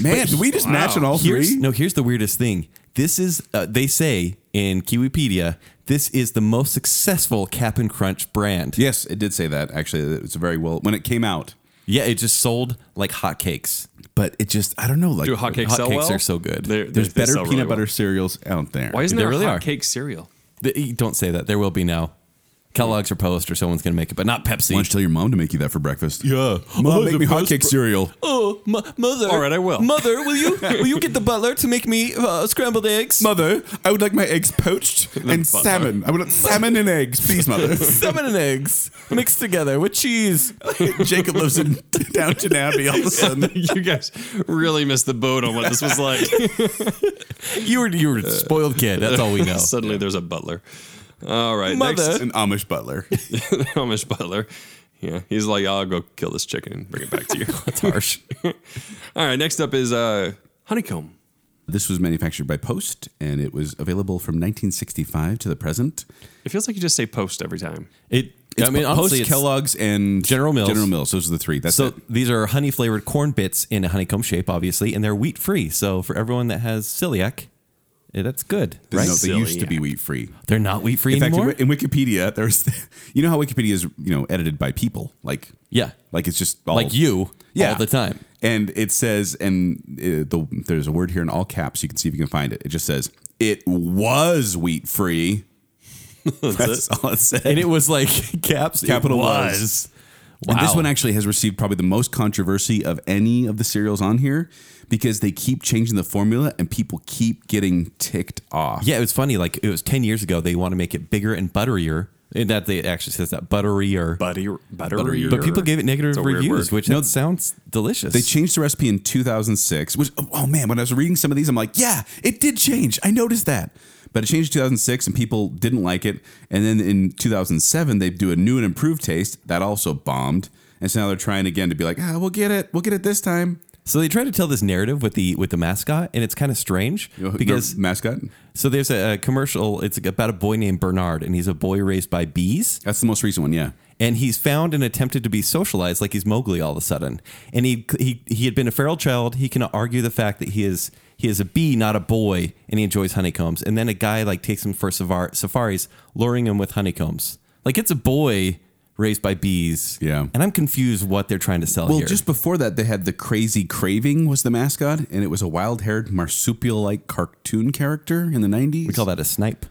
Man, did we just match on all Here's, three? No, here's the weirdest thing. This is uh, they say in Kiwipedia. This is the most successful Cap'n Crunch brand. Yes, it did say that. Actually, it was very well when it came out. Yeah, it just sold like hotcakes. But it just, I don't know. Like, Do hotcakes Hotcakes sell well? are so good. They're- there's they better sell peanut really well. butter cereals out there. Why isn't They there really a are. hotcake cereal? The- don't say that. There will be now. Kellogg's or Post or someone's going to make it, but not Pepsi. Why don't you tell your mom to make you that for breakfast? Yeah. Mom, Oh, make the me best hotcake br- cereal. Oh, mo- mother! All right, I will. Mother, will you will you get the butler to make me uh, scrambled eggs? Mother, I would like my eggs poached and butler. salmon. I would like salmon and eggs, please, mother. Salmon and eggs mixed together with cheese. Jacob lives in downtown Abbey all of a sudden. you guys really missed the boat on what this was like. You were you were a spoiled kid. That's all we know. Suddenly there's a butler. All right, Mother. An Amish butler. next Amish butler. Yeah, he's like, I'll go kill this chicken and bring it back to you. That's harsh. All right, next up is uh, honeycomb. This was manufactured by Post, and it was available from 1965 to the present. It feels like you just say post every time. It. I mean, honestly, Post, it's- Kellogg's, and General Mills. General Mills. Those are the three. That's So it. these are honey flavored corn bits in a honeycomb shape, obviously, and they're wheat free. So for everyone that has celiac, eh, that's good, right? No, they used to be Celiac. wheat free. They're not wheat free In fact, anymore. in Wikipedia, there's, you know how Wikipedia is, you know, edited by people, like yeah, like it's just all, like you, yeah, all the time. And it says, and uh, the, there's a word here in all caps. You can see if you can find it. It just says it was wheat free. That's, all it said. And it was like caps. it Capital was. Wow. And this one actually has received probably the most controversy of any of the cereals on here because they keep changing the formula and people keep getting ticked off. Yeah, it was funny. Like it was ten years ago. They want to make it bigger and butterier. And that they it actually says that butterier. Buddy, buttery. Butterier. But people gave it It's negative a weird reviews, word. which that sounds delicious. They changed the recipe in 2006, which, oh man, when I was reading some of these, I'm like, yeah, it did change. I noticed that. But it changed in 2006 and people didn't like it. And then in 2007, they do a new and improved taste that also bombed. And so now they're trying again to be like, ah, we'll get it. We'll get it this time. so they try to tell this narrative with the with the mascot, and it's kind of strange because Their mascot, so there's a, a commercial. It's about a boy named Bernard, and he's a boy raised by bees. that's the most recent one. Yeah. and he's found and attempted to be socialized like he's Mowgli all of a sudden. And he he he had been a feral child. He can argue the fact that he is he is a bee, not a boy, and he enjoys honeycombs. And then a guy like takes him for savar- safaris, luring him with honeycombs. Like it's a boy raised by bees. Yeah. And I'm confused what they're trying to sell Well, here. just before that, they had the crazy craving was the mascot, and it was a wild-haired marsupial-like cartoon character in the nineties. we call that a snipe.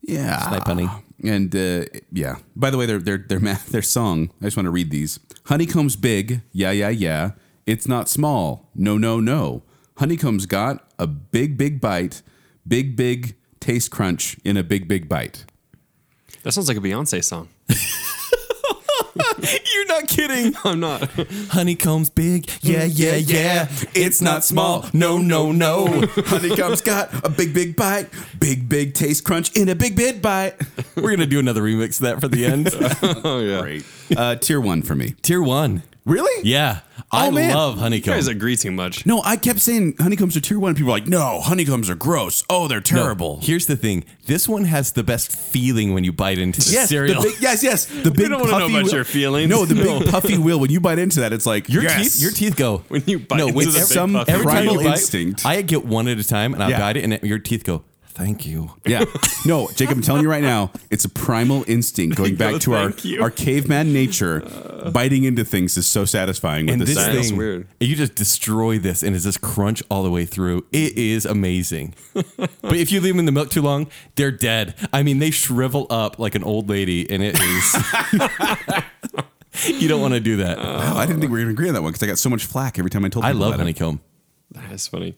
yeah, snipe honey. And uh, yeah. By the way, their their their math, their song. I just want to read these. Honeycomb's big, yeah, yeah, yeah. It's not small, no, no, no. Honeycomb's got a big, big bite, big, big taste crunch in a big, big bite. That sounds like a Beyonce song. You're not kidding. I'm not. Honeycomb's big. Yeah, yeah, yeah. It's not small. No, no, no. Honeycomb's got a big, big bite, big, big taste crunch in a big, big bite. We're gonna do another remix of that for the end. Oh, yeah. Great. Uh, tier one for me. Tier one. Really? Yeah. I man. love You honeycomb. guys agree too much. No, I kept saying honeycombs are tier one. People were like, no, honeycombs are gross. Oh, they're No, terrible. Here's the thing. This one has the best feeling when you bite into the Yes, cereal. The big, yes, yes. The big don't wanna know puffy about wheel- your feelings. No, the big puffy wheel. When you bite into that, it's like your yes. teeth, your teeth go When you bite into when the big ev- puffy every time you primal bite, instinct. I get one at a time, and I'll Yeah. bite it, and it- your teeth go. Thank you. Yeah. No, Jacob, I'm telling you right now, it's a primal instinct going back No, to our, thank you. our caveman nature. biting into things is so satisfying with And this, this sound. sounds thing, weird. you just destroy this, and it's just crunch all the way through. It is amazing. but if you leave them in the milk too long, they're dead. I mean, they shrivel up like an old lady, and it is. you don't want to do that. Wow, I didn't think we were going to agree on that one because I got so much flack every time I told I people love about it. honeycomb. That's funny.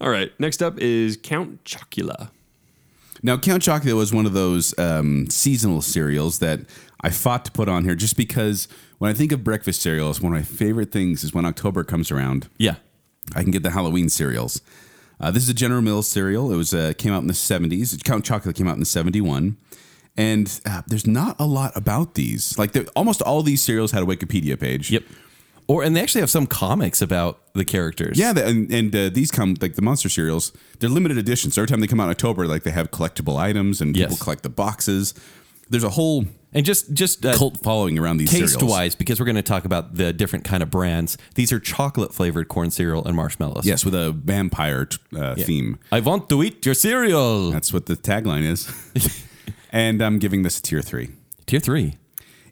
All right, next up is Count Chocula. Now, Count Chocula was one of those um, seasonal cereals that I fought to put on here just because when I think of breakfast cereals, one of my favorite things is when October comes around, Yeah. I can get the Halloween cereals. Uh, this is a General Mills cereal. It was uh, came out in the 70s. Count Chocula came out in 71. And uh, there's not a lot about these. Like they're- almost all these cereals had a Wikipedia page. Yep. Or and they actually have some comics about the characters. Yeah, the, and, and uh, these come like the monster cereals. They're limited editions. So every time they come out in October, like they have collectible items, and Yes. people collect the boxes. There's a whole And just just uh, cult following around these taste cereals. wise, because we're going to talk about the different kind of brands. These are chocolate flavored corn cereal and marshmallows. Yes, with a vampire t- uh, Yeah. theme. I want to eat your cereal. That's what the tagline is. and I'm giving this a tier three. Tier three.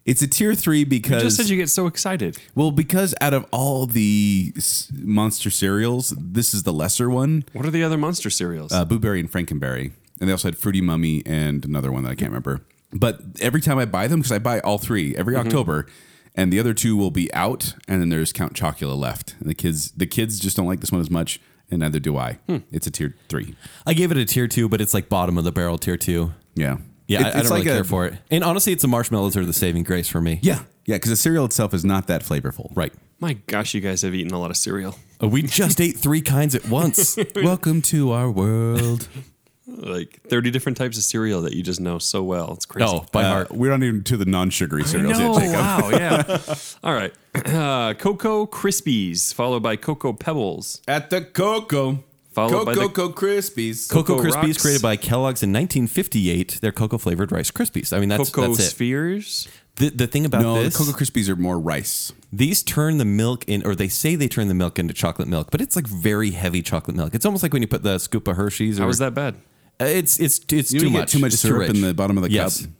It's a tier three You because just said you get so excited. well, because out of all the s- monster cereals, this is the lesser one. What are the other monster cereals? Uh, Blueberry and Frankenberry, and they also had Fruity Mummy and another one that I can't remember. But every time I buy them, because I buy all three every October, and the other two will be out, and then there's Count Chocula left. And the kids, the kids just don't like this one as much, and neither do I. It's a tier three. I gave it a tier two, but it's like bottom of the barrel tier two. Yeah, Yeah, It- I, I it's don't really a- care for it. And honestly, it's the marshmallows are the saving grace for me. Yeah, yeah, because the cereal itself is not that flavorful. Right. My gosh, you guys have eaten a lot of cereal. Uh, We just ate three kinds at once. Welcome to our world. Like 30 different types of cereal that you just know so well. It's crazy. Oh, by Uh, heart. we're not even to the non-sugary cereals No, yet, Jacob. wow, yeah. All right. Uh, Cocoa Krispies, followed by Cocoa Pebbles. At the Cocoa, Followed by the- Cocoa Krispies. Cocoa, Cocoa Krispies, Rocks. created by Kellogg's in 1958, they're cocoa flavored Rice Krispies. I mean, that's Cocoa that's it. Spheres. The, the thing about no, the this, Cocoa Krispies are more rice. these turn the milk in, or they say they turn the milk into chocolate milk, but it's like very heavy chocolate milk. It's almost like when you put the scoop of Hershey's. Or, How is that bad? Uh, It's it's it's You too know, you get much. too much It's syrup rich. in the bottom of the Yes. cup.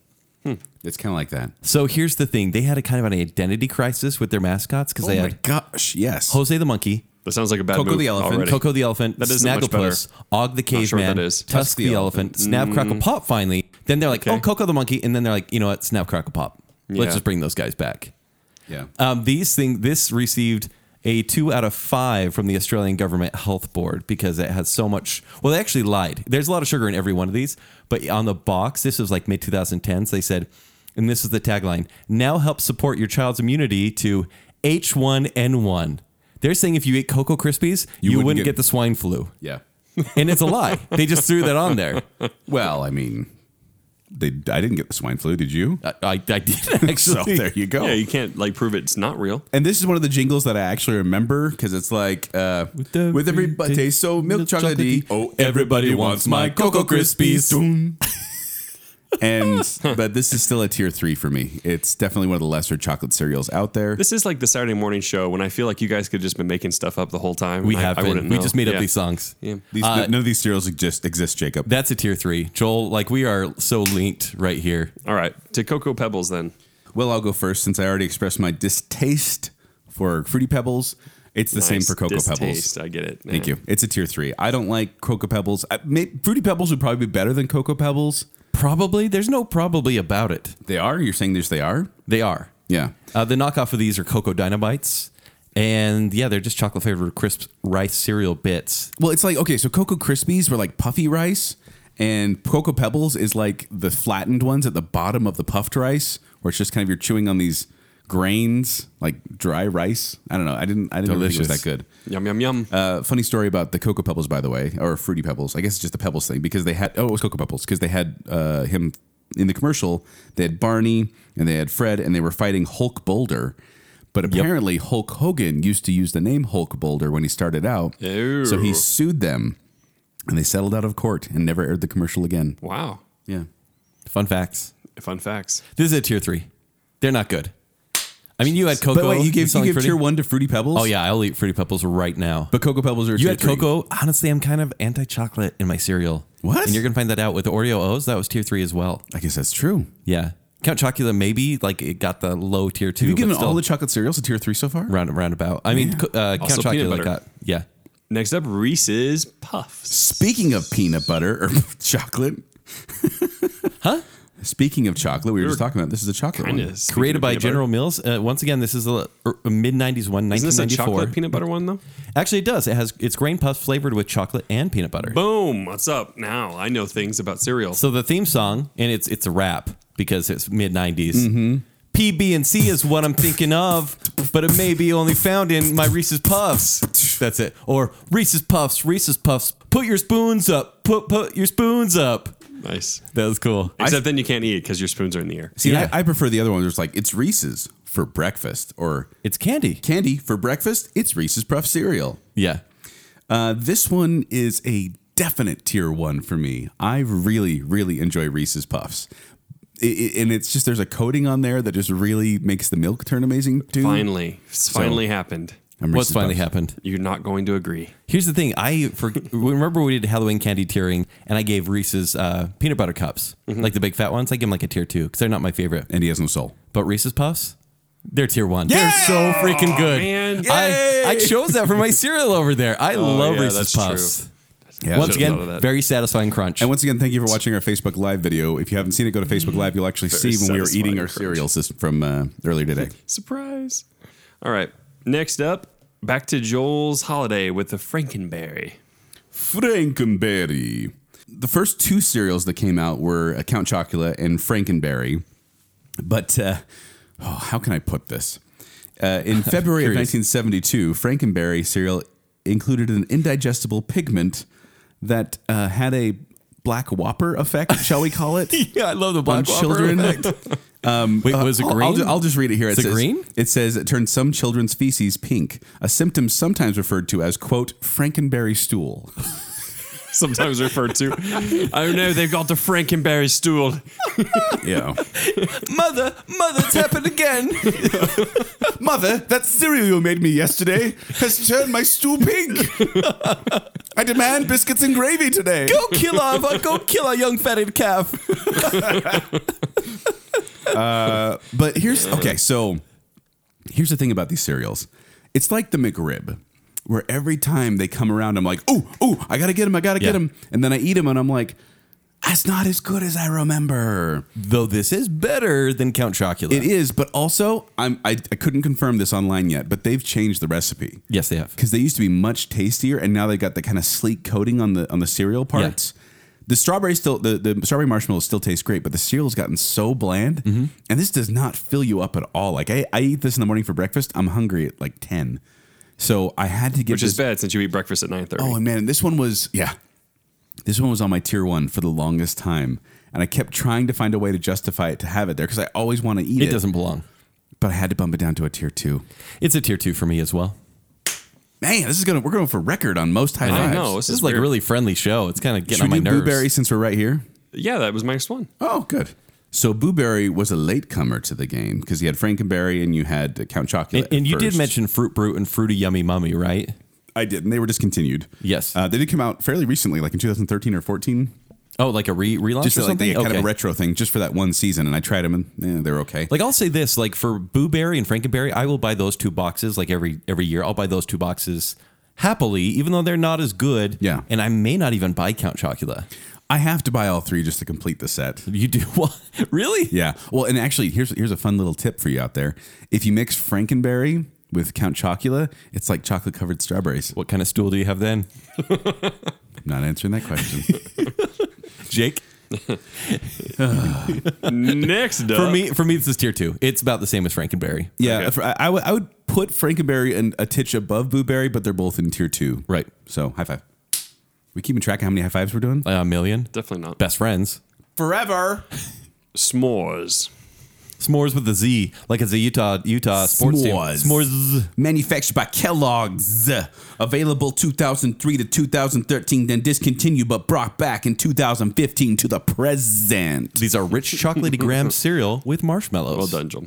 It's kind of like that. So here's the thing: they had a kind of an identity crisis with their mascots because they oh my had gosh, yes. Jose the monkey, That sounds like a bad Cocoa move the elephant. already. Coco the elephant, That isn't much Snagglepuss, Og the Not sure what caveman, that is. Tusk, the, elephant, Snap Crackle Pop. Finally, then they're like, Mm. Okay. oh, Coco the monkey, and then they're like, you know what, Snap Crackle Pop. Yeah. Let's just bring those guys back. yeah. Um, these thing this received a two out of five from the Australian Government Health Board because it has so much. Well, they actually lied. There's a lot of sugar in every one of these, but on the box, this was like mid 2010s. They said, and this is the tagline: "Now help support your child's immunity to H1N1." They're saying if you ate Cocoa Krispies, you, wouldn't, get, the swine flu, yeah. and it's a lie. They just threw that on there. Well, I mean, they, I didn't get the swine flu. Did you? I, I, I did so actually. there you go. Yeah, you can't like prove it's not real. and this is one of the jingles that I actually remember because it's like, uh, with, the- everybody tastes so milk milk chocolatey. chocolatey. Oh, everybody wants my Cocoa Krispies. Doom. and but this is still a tier three for me. It's definitely one of the lesser chocolate cereals out there. This is like the Saturday morning show when I feel like you guys could have just been making stuff up the whole time. we I- have I been. wouldn't We know. just made up Yeah. these songs. Yeah. these, none of these cereals exist, exist Jacob. That's a tier three. Joel, like we are so linked right here. All right, to Cocoa Pebbles then. Well, I'll go first since I already expressed my distaste for Fruity Pebbles. It's the same Nice for Cocoa Pebbles. distaste. I get it. Thank you. It's a tier three. I don't like Cocoa Pebbles. I, may, Fruity Pebbles would probably be better than Cocoa Pebbles. Probably. There's no probably about it. They are. You're saying there's they are. They are. Yeah. Uh, the knockoff of these are Cocoa Dynamites. And yeah, they're just chocolate flavored crisp rice cereal bits. Well, it's like okay, so Cocoa Krispies were like puffy rice, and Cocoa Pebbles is like the flattened ones at the bottom of the puffed rice, where it's just kind of you're chewing on these grains like dry rice. I don't know. I didn't. I didn't really think it was Delicious. that good. Yum yum yum. Uh, funny story about the Cocoa Pebbles, by the way, or Fruity Pebbles. I guess it's just the Pebbles thing because they had oh, it was Cocoa Pebbles because they had uh, him in the commercial. They had Barney and they had Fred, and they were fighting Hulk Boulder. But apparently, Hulk Hogan used to use the name Hulk Boulder when he started out, Oh. Ew. so he sued them, and they settled out of court and never aired the commercial again. wow. Yeah, Fun facts. Fun facts. This is a tier three. They're not good. I mean, you had Cocoa. but wait, you gave you selling gave Fruity- tier one to Fruity Pebbles. Oh, yeah. I'll eat Fruity Pebbles right now. but Cocoa Pebbles are you tier had three. Cocoa. Honestly, I'm kind of anti chocolate in my cereal. What? And you're going to find that out with the Oreo O's. That was tier three as well. I guess that's true. Yeah. Count Chocula, maybe like it got the low tier two. You but given all still- the chocolate cereals a tier three so far? round roundabout. I mean, co- uh, Count Also peanut Chocula butter. got yeah. Next up, Reese's Puffs. Speaking of peanut butter or chocolate, Huh? Speaking of chocolate, we were just were talking about this is a chocolate Kinda one. speaking Created of by peanut butter. General Mills. Uh, once again, this is a, mid '90s one, Isn't this a chocolate 1994. peanut butter one though? Actually, it does. It has it's grain puffs flavored with chocolate and peanut butter. Boom! What's up? Now I know things about cereal. So the theme song, and it's it's a rap because it's mid '90s. Mm-hmm. PB and C is what I'm thinking of, but it may be only found in my Reese's Puffs. That's it. Or Reese's Puffs, Reese's Puffs. Put your spoons up. Put put your spoons up. nice. That was cool. Except then you can't eat it because your spoons are in the air. See, Yeah. I, I prefer the other one. There's like it's Reese's for breakfast or It's candy. candy for breakfast. It's Reese's Puff cereal. Yeah. Uh, this one is a definite tier one for me. I really, really enjoy Reese's Puffs. I- I- and it's just there's a coating on there that just really makes the milk turn amazing too. Finally, it's finally happened. I'm What's Reese's finally Puffs. happened? You're not going to agree. Here's the thing. I for, remember we did Halloween candy tiering, and I gave Reese's uh, peanut butter cups, like the big fat ones. I give them like a tier two because they're not my favorite. And he has no soul. But Reese's puffs, they're tier one. They're so freaking good. man. I, I chose that for my cereal over there. I love yeah, Reese's that's puffs. That's Yeah, Once should've thought of again, that. very satisfying crunch. And once again, thank you for watching our Facebook Live video. If you haven't seen it, go to Facebook Live. You'll actually Very see when we were eating satisfying our crunch. cereals this- from uh, earlier today. Surprise. All right. Next up, back to Joel's holiday with the Frankenberry. Frankenberry. The first two cereals that came out were uh, Count Chocula and Frankenberry. But uh, oh, how can I put this? Uh, in February of 1972, Frankenberry cereal included an indigestible pigment that uh, had a black whopper effect, shall we call it? yeah, I love the on black Whopper. children. Wait, was it Uh, I'll- green? I'll, ju- I'll just read it here. Is it says, green? It says it turns some children's feces pink, a symptom sometimes referred to as "quote Frankenberry stool." Sometimes referred to. oh no, they've got the Frankenberry stool. Yeah, mother, mother, it's happened again. mother, that cereal you made me yesterday has turned my stool pink. I demand biscuits and gravy today. Go kill our, go kill our young fatted calf. Uh, But here's okay. So here's the thing about these cereals. It's like the McRib, where every time they come around, I'm like, oh, oh, I gotta get him, I gotta get Yeah. him, and then I eat him, and I'm like, that's not as good as I remember. Though this is better than Count Chocula. It is, but also I'm I, I couldn't confirm this online yet, but they've changed the recipe. Yes, they have. Because they used to be much tastier and now they got the kind of sleek coating on the on the cereal parts. The strawberry still the, the strawberry marshmallows still taste great, but the cereal's gotten so bland Mm-hmm. and this does not fill you up at all. Like I, I eat this in the morning for breakfast. I'm hungry at like ten. So I had to get Which this, is bad since you eat breakfast at 9.30. Oh and man, this one was yeah. This one was on my tier one for the longest time. And I kept trying to find a way to justify it to have it there because I always want to eat it. It doesn't belong. but I had to bump it down to a tier two. It's a tier two for me as well. Man, this is gonna we're going for record on most high I fives. know. This, This is like weird. a really friendly show. It's kind of getting Should on my we do nerves. Blueberry since we're right here? Yeah, that was my next one. Oh, good. So Blueberry was a latecomer to the game because he had Frankenberry and you had uh, Count Chocula. And, and at you did first. mention Fruit Brute and Fruity Yummy Mummy, right? I did, and they were discontinued. Yes. uh, they did come out fairly recently, like in 2013 or 14. Oh, like a re relaunch Just or like something. they kind of Okay. a retro thing, just for that one season. And I tried them, and eh, they were okay. Like I'll say this, like for Boo Berry and Frankenberry, I will buy those two boxes like every every year. I'll buy those two boxes happily, even though they're not as good. Yeah. And I may not even buy Count Chocula. I have to buy all three just to complete the set. You do what? Really? Yeah. Well, and actually, here's here's a fun little tip for you out there. If you mix Frankenberry with Count Chocula, it's like chocolate covered strawberries. What kind of stool do you have then? I'm not answering that question. Jake? next up. Uh, For me, for me, this is tier two. It's about the same as Frankenberry. yeah, Okay. for- I, I would I would put Frankenberry and a titch above Blueberry, but they're both in tier two. Right. So high five. We keeping track of how many high fives we're doing? A million. Definitely not. Best friends. Forever. S'mores. S'mores with a Z, like it's a Utah Utah sports team. S'mores. S'mores. Manufactured by Kellogg's. Available 2003 to 2013, then discontinued, but brought back in 2015 to the present. These are rich chocolatey graham cereal with marshmallows. Well done, Joel.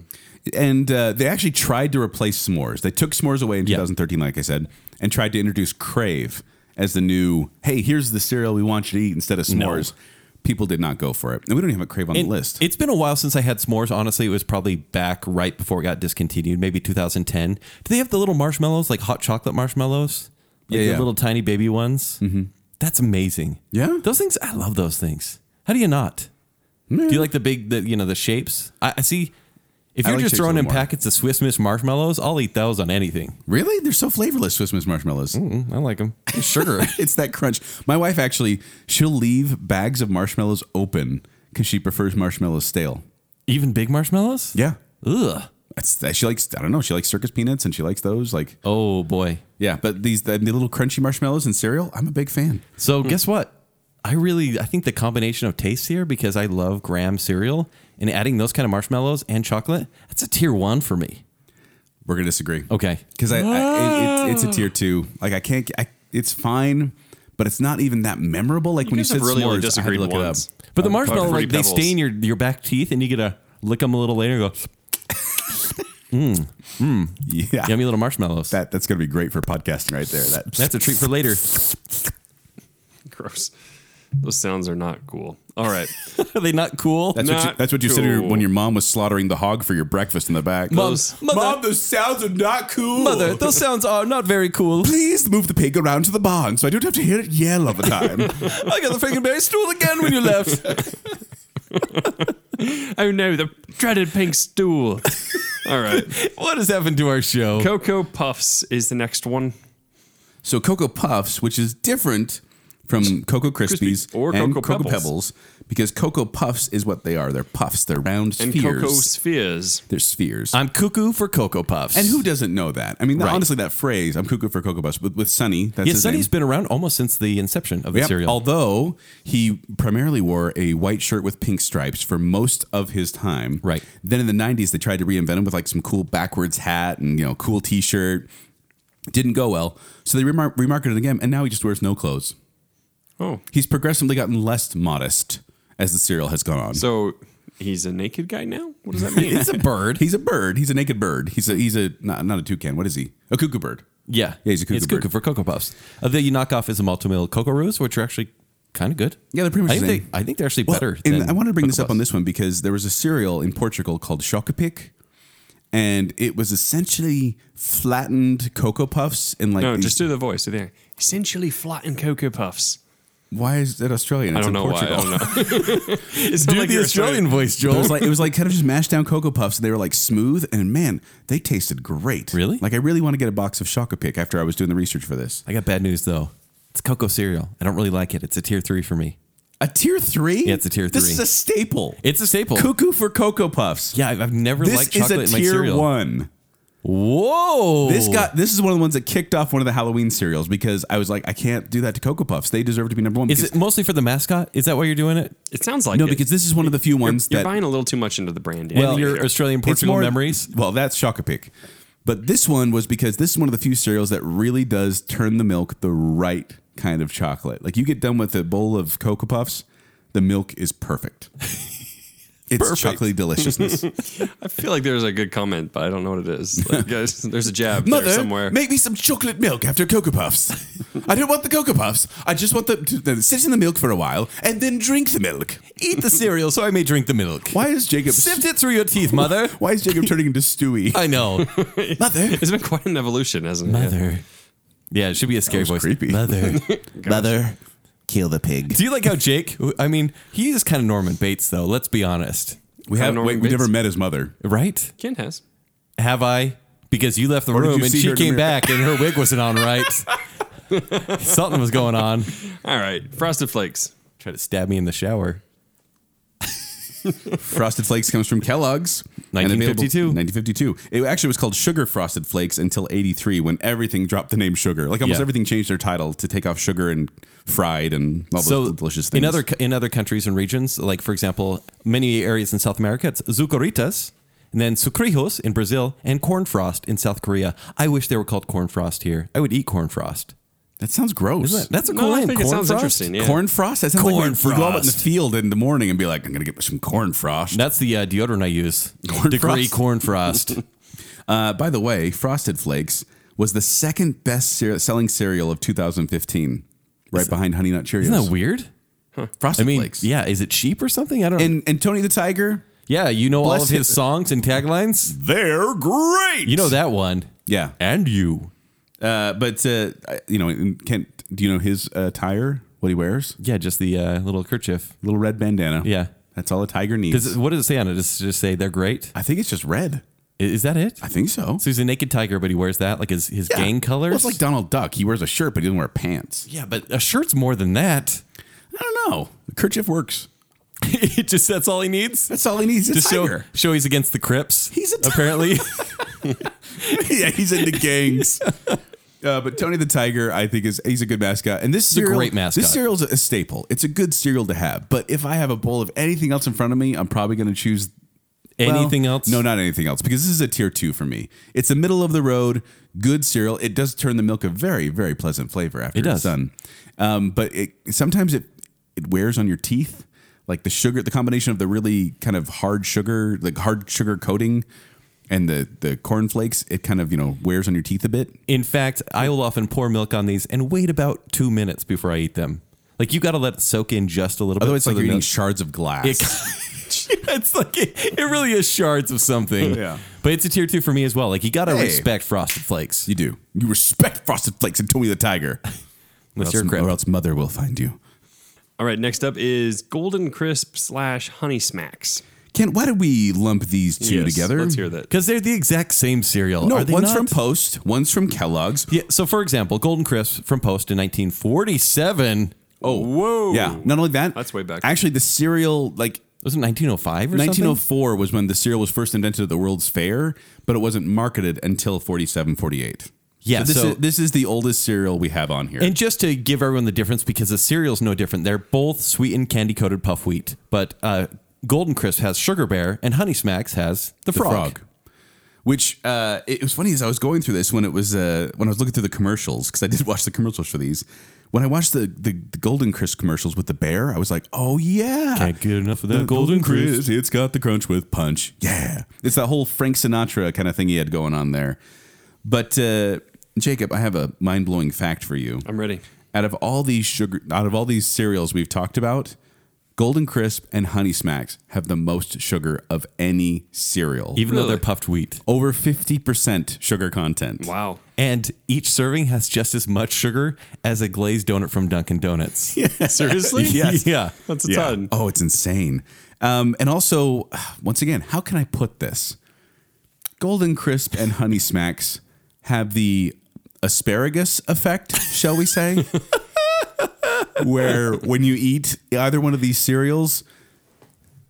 and uh, they actually tried to replace s'mores. They took s'mores away in Yeah. 2013, like I said, and tried to introduce Crave as the new. Hey, here's the cereal we want you to eat instead of s'mores. People did not go for it, and we don't even have a Crave on And the list. It's been a while since I had s'mores. Honestly, it was probably back right before it got discontinued, maybe 2010. Do they have the little marshmallows, like hot chocolate marshmallows? Like Yeah, the yeah. little tiny baby ones. Mm-hmm. That's amazing. Yeah. those things. I love those things. How do you not? Do you like the big, the you know, the shapes? I, I see. If I you're like just shapes a throwing in little more. packets of Swiss Miss marshmallows, I'll eat those on anything. really, they're so flavorless, Swiss Miss marshmallows. I like them. Mm, Sugar. It's that crunch. My wife actually, she'll leave bags of marshmallows open because she prefers marshmallows stale. Even big marshmallows? Yeah, Ugh. that's that. She likes. I don't know. She likes circus peanuts, and she likes those. Like, Oh boy. yeah, but these the, the little crunchy marshmallows in cereal, I'm a big fan. So guess what? I really I think the combination of tastes here because I love graham cereal and adding those kind of marshmallows and chocolate, that's a tier 1 for me. We're gonna disagree. Okay. because I, I it, it's, it's a tier two. Like I can't. I, it's fine, but it's not even that memorable. Like when you guys have said really s'mores, only I had to disagreed look it up. once. But the Um, marshmallow Fruity like they Pebbles. stain your your back teeth and you get to lick them a little later and go Yeah, yummy little marshmallows. that that's gonna be great for podcasting right there. That that's a treat for later. Gross. Those sounds are not cool. All right. Are they not cool? That's what you, Not that's what you said to your- cool. when your mom was slaughtering the hog for your breakfast in the back. Mom, Those- mother, those sounds are not cool. mother, those sounds are not very cool. please move the pig around to the barn so I don't have to hear it yell all the time. I got the freaking berry stool again when you left. Oh no, the dreaded pink stool. All right. what has happened to our show? Cocoa Puffs is the next one. so Cocoa Puffs, which is different from Cocoa Krispies Krispies or and Cocoa Cocoa Pebbles. Pebbles. because Cocoa Puffs is what they are. They're puffs. They're round And spheres. Cocoa Spheres. They're spheres. I'm cuckoo for Cocoa Puffs. and who doesn't know that? I mean, Right. honestly, that phrase "I'm cuckoo for Cocoa Puffs" with, with Sunny. That's Yeah, his Sunny's name. been around almost since the inception of the Yep. cereal. Although he primarily wore a white shirt with pink stripes for most of his time. Right. Then in the 90s, they tried to reinvent him with like some cool backwards hat and, you know, cool t shirt. Didn't go well. So they remar- remarketed again, and now he just wears no clothes. Oh. He's progressively gotten less modest as the serial has gone on. So he's a naked guy now? What does that mean? it's a bird. he's a bird. He's a naked bird. He's a, he's a, not, not a toucan. What is he? A cuckoo bird. yeah. Yeah, he's a cuckoo It's bird. cuckoo for Cocoa Puffs. Uh, the knockoff is a multi-meal Cocoa Roos, which are actually kind of good. Yeah, they're pretty much I the think, same. They, I think they're actually Well, better. And than I wanted to bring this Cocoa up on Puffs. this one because there was a cereal in Portugal called Chocopic, and it was essentially flattened cocoa puffs and like no, these- just do the voice. Do the- Essentially flattened Cocoa Puffs. why is that Australian? I It's don't in know why. I Portugal. don't know. It's Do the Australian voice, It Joel. was like it was like kind of just mashed down cocoa puffs, and they were like smooth, and man, they tasted great. Really? Like I really want to get a box of Chocopic after I was doing the research for this. I got bad news though. It's cocoa cereal. I don't really like it. It's a tier three for me. A tier three? Yeah, it's a tier This three. is a staple. It's a staple. Cuckoo for cocoa puffs. yeah, I've, I've never liked This is chocolate a in my tier cereal. one. Whoa! This got this is one of the ones that kicked off one of the Halloween cereals because I was like, I can't do that to Cocoa Puffs. They deserve to be number one. Is because- it mostly for the mascot? Is that why you're doing it? It sounds like no, it. because this is one of the few ones you're that buying a little too much into the brand. Well, Andy, your here. Australian it's Portugal more- memories. Well, that's Chocopic. But this one was because this is one of the few cereals that really does turn the milk the right kind of chocolate. Like you get done with a bowl of Cocoa Puffs, the milk is perfect. It's chocolatey deliciousness. I feel like there's a good comment, but I don't know what it is. Like, guys, there's a jab there Mother, somewhere. make me some chocolate milk after Cocoa Puffs. I don't want the Cocoa Puffs. I just want them to, to sit in the milk for a while and then drink the milk. Eat the cereal so I may drink the milk. Why is Jacob? Sift it through your teeth, mother. Why is Jacob turning into Stewie? I know. Mother, It's been quite an evolution, hasn't it? Mother. Yeah, it should be a scary That was voice. creepy. Mother. mother, kill the pig. Do you like how Jake? I mean, he is kind of Norman Bates, though. Let's be honest, We Hi, have Norman wait, we Bates. never met his mother. right? Ken has. Have I? Because you left the did room you and see her she in the came mirror? back and her wig wasn't on right. Something was going on. All right, Frosted Flakes. Try to stab me in the shower. Frosted Flakes comes from Kellogg's. and available- 1952. 1952. It actually was called Sugar Frosted Flakes until 83 when everything dropped the name Sugar. Like almost Yeah. everything changed their title to take off sugar and fried and all those So delicious things. in other in other countries and regions, like for example, many areas in South America, it's zucaritas, and then sucrijos in Brazil, and corn frost in South Korea. I wish they were called corn frost here. I would eat corn frost. That sounds gross. Isn't that- that's a No, cool I name. think it corn sounds frost? interesting, yeah. Corn frost? That sounds like Corn we- we go out in the frost. field in the morning and be like, I'm going to get me some corn frost. That's the uh, deodorant I use. Corn Degree frost? corn frost. Uh, by the way, Frosted Flakes was the second best cer- selling cereal of 2015, right behind Honey Nut Cheerios. Isn't that weird? I Frosted mean, Flakes. yeah, is it cheap or something? I don't. know. And, and Tony the Tiger, yeah, you know all Bless of his him. songs and taglines. they're great. You know that one. Yeah. And you. Uh, but, uh, I- you know, and Kent, do you know his attire? What he wears? Yeah, just the uh, little kerchief. Little red bandana. Yeah. That's all a tiger needs. Does it, what does it say on it? Does it just say they're great? I think it's just red. I- Is that it? I think so. So he's a naked tiger, but he wears that like his his gang colors. Well, it's like Donald Duck. He wears a shirt, but he doesn't wear pants. yeah, but a shirt's more than that. I don't know. The kerchief works. it just that's all he needs. That's all he needs. It's Just show, tiger. show he's against the Crips. He's a tiger. apparently. yeah, he's into gangs. Uh, but Tony the Tiger, I think, is he's a good mascot, and this is a great mascot. This cereal's a staple. It's a good cereal to have. But if I have a bowl of anything else in front of me, I'm probably going to choose well, Anything else? No, not anything else, because this is a tier two for me. It's a middle of the road good cereal. It does turn the milk a very, very pleasant flavor after It does. it's done. Um, but it sometimes it it wears on your teeth, like the sugar, the combination of the really kind of hard sugar, like hard sugar coating, and the the cornflakes. It kind of you know wears on your teeth a bit. In fact, I will often pour milk on these and wait about two minutes before I eat them. Like you got to let it soak in just a little Otherwise, bit. it's so like the you're eating nut- shards of glass. It- Yeah, it's like it, it really is shards of something. Yeah. But it's a tier two for me as well. Like you got to Hey. respect Frosted Flakes. you do. You respect Frosted Flakes and Tony the Tiger. Or That's else, your crap. or else mother will find you. All right, next up is Golden Crisp slash Honey Smacks. Kent, why did we lump these two Yes, together? Let's hear that. Because they're the exact same cereal. No, Are they one's not? from Post, one's from Kellogg's. Yeah. So, for example, Golden Crisp from Post in 1947 Oh, whoa! Yeah, not only that, That's way back. Actually, the cereal, like was it 1905 or 1905. 1904, was when the cereal was first invented at the World's Fair, but it wasn't marketed until 47, 48. Yeah, so this, so- is, this is the oldest cereal we have on here. And just to give everyone the difference, because the cereal's no different, they're both sweetened candy coated puff wheat, but uh, Golden Crisp has Sugar Bear and Honey Smacks has the, frog. Which uh, it was funny as I was going through this when it was uh, when I was looking through the commercials because I did watch the commercials for these. When I watched the, the, the Golden Crisp commercials with the bear, I was like, "Oh yeah, Can't get enough of The that Golden Crisp. It's got the crunch with punch. Yeah, it's that whole Frank Sinatra kind of thing he had going on there. But uh, Jacob, I have a mind blowing fact for you. I'm ready. Out of all these sugar, out of all these cereals we've talked about, Golden Crisp and Honey Smacks have the most sugar of any cereal Even though Really? they're puffed wheat. over 50% sugar content. Wow. And each serving has just as much sugar as a glazed donut from Dunkin' Donuts. Seriously? Yes. Yeah. That's a Yeah. ton. Oh, it's insane. Um, and also, once again, how can I put this? Golden Crisp and Honey Smacks have the asparagus effect, shall we say? Where when you eat either one of these cereals,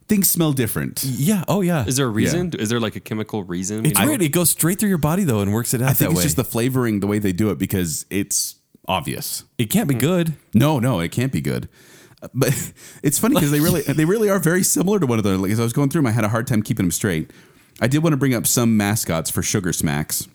things smell different. Yeah. Oh, yeah. Is there a reason? Is there like a chemical reason? It's You know? weird. It goes straight through your body though, and works it out I think that it's way. just the flavoring, the way they do it, because it's obvious. it can't Hmm. be good. No, no, it can't be good. Uh, But it's funny because they really they really are very similar to one another. Like as I was going through them, I had a hard time keeping them straight. I did want to bring up some mascots for Sugar Smacks,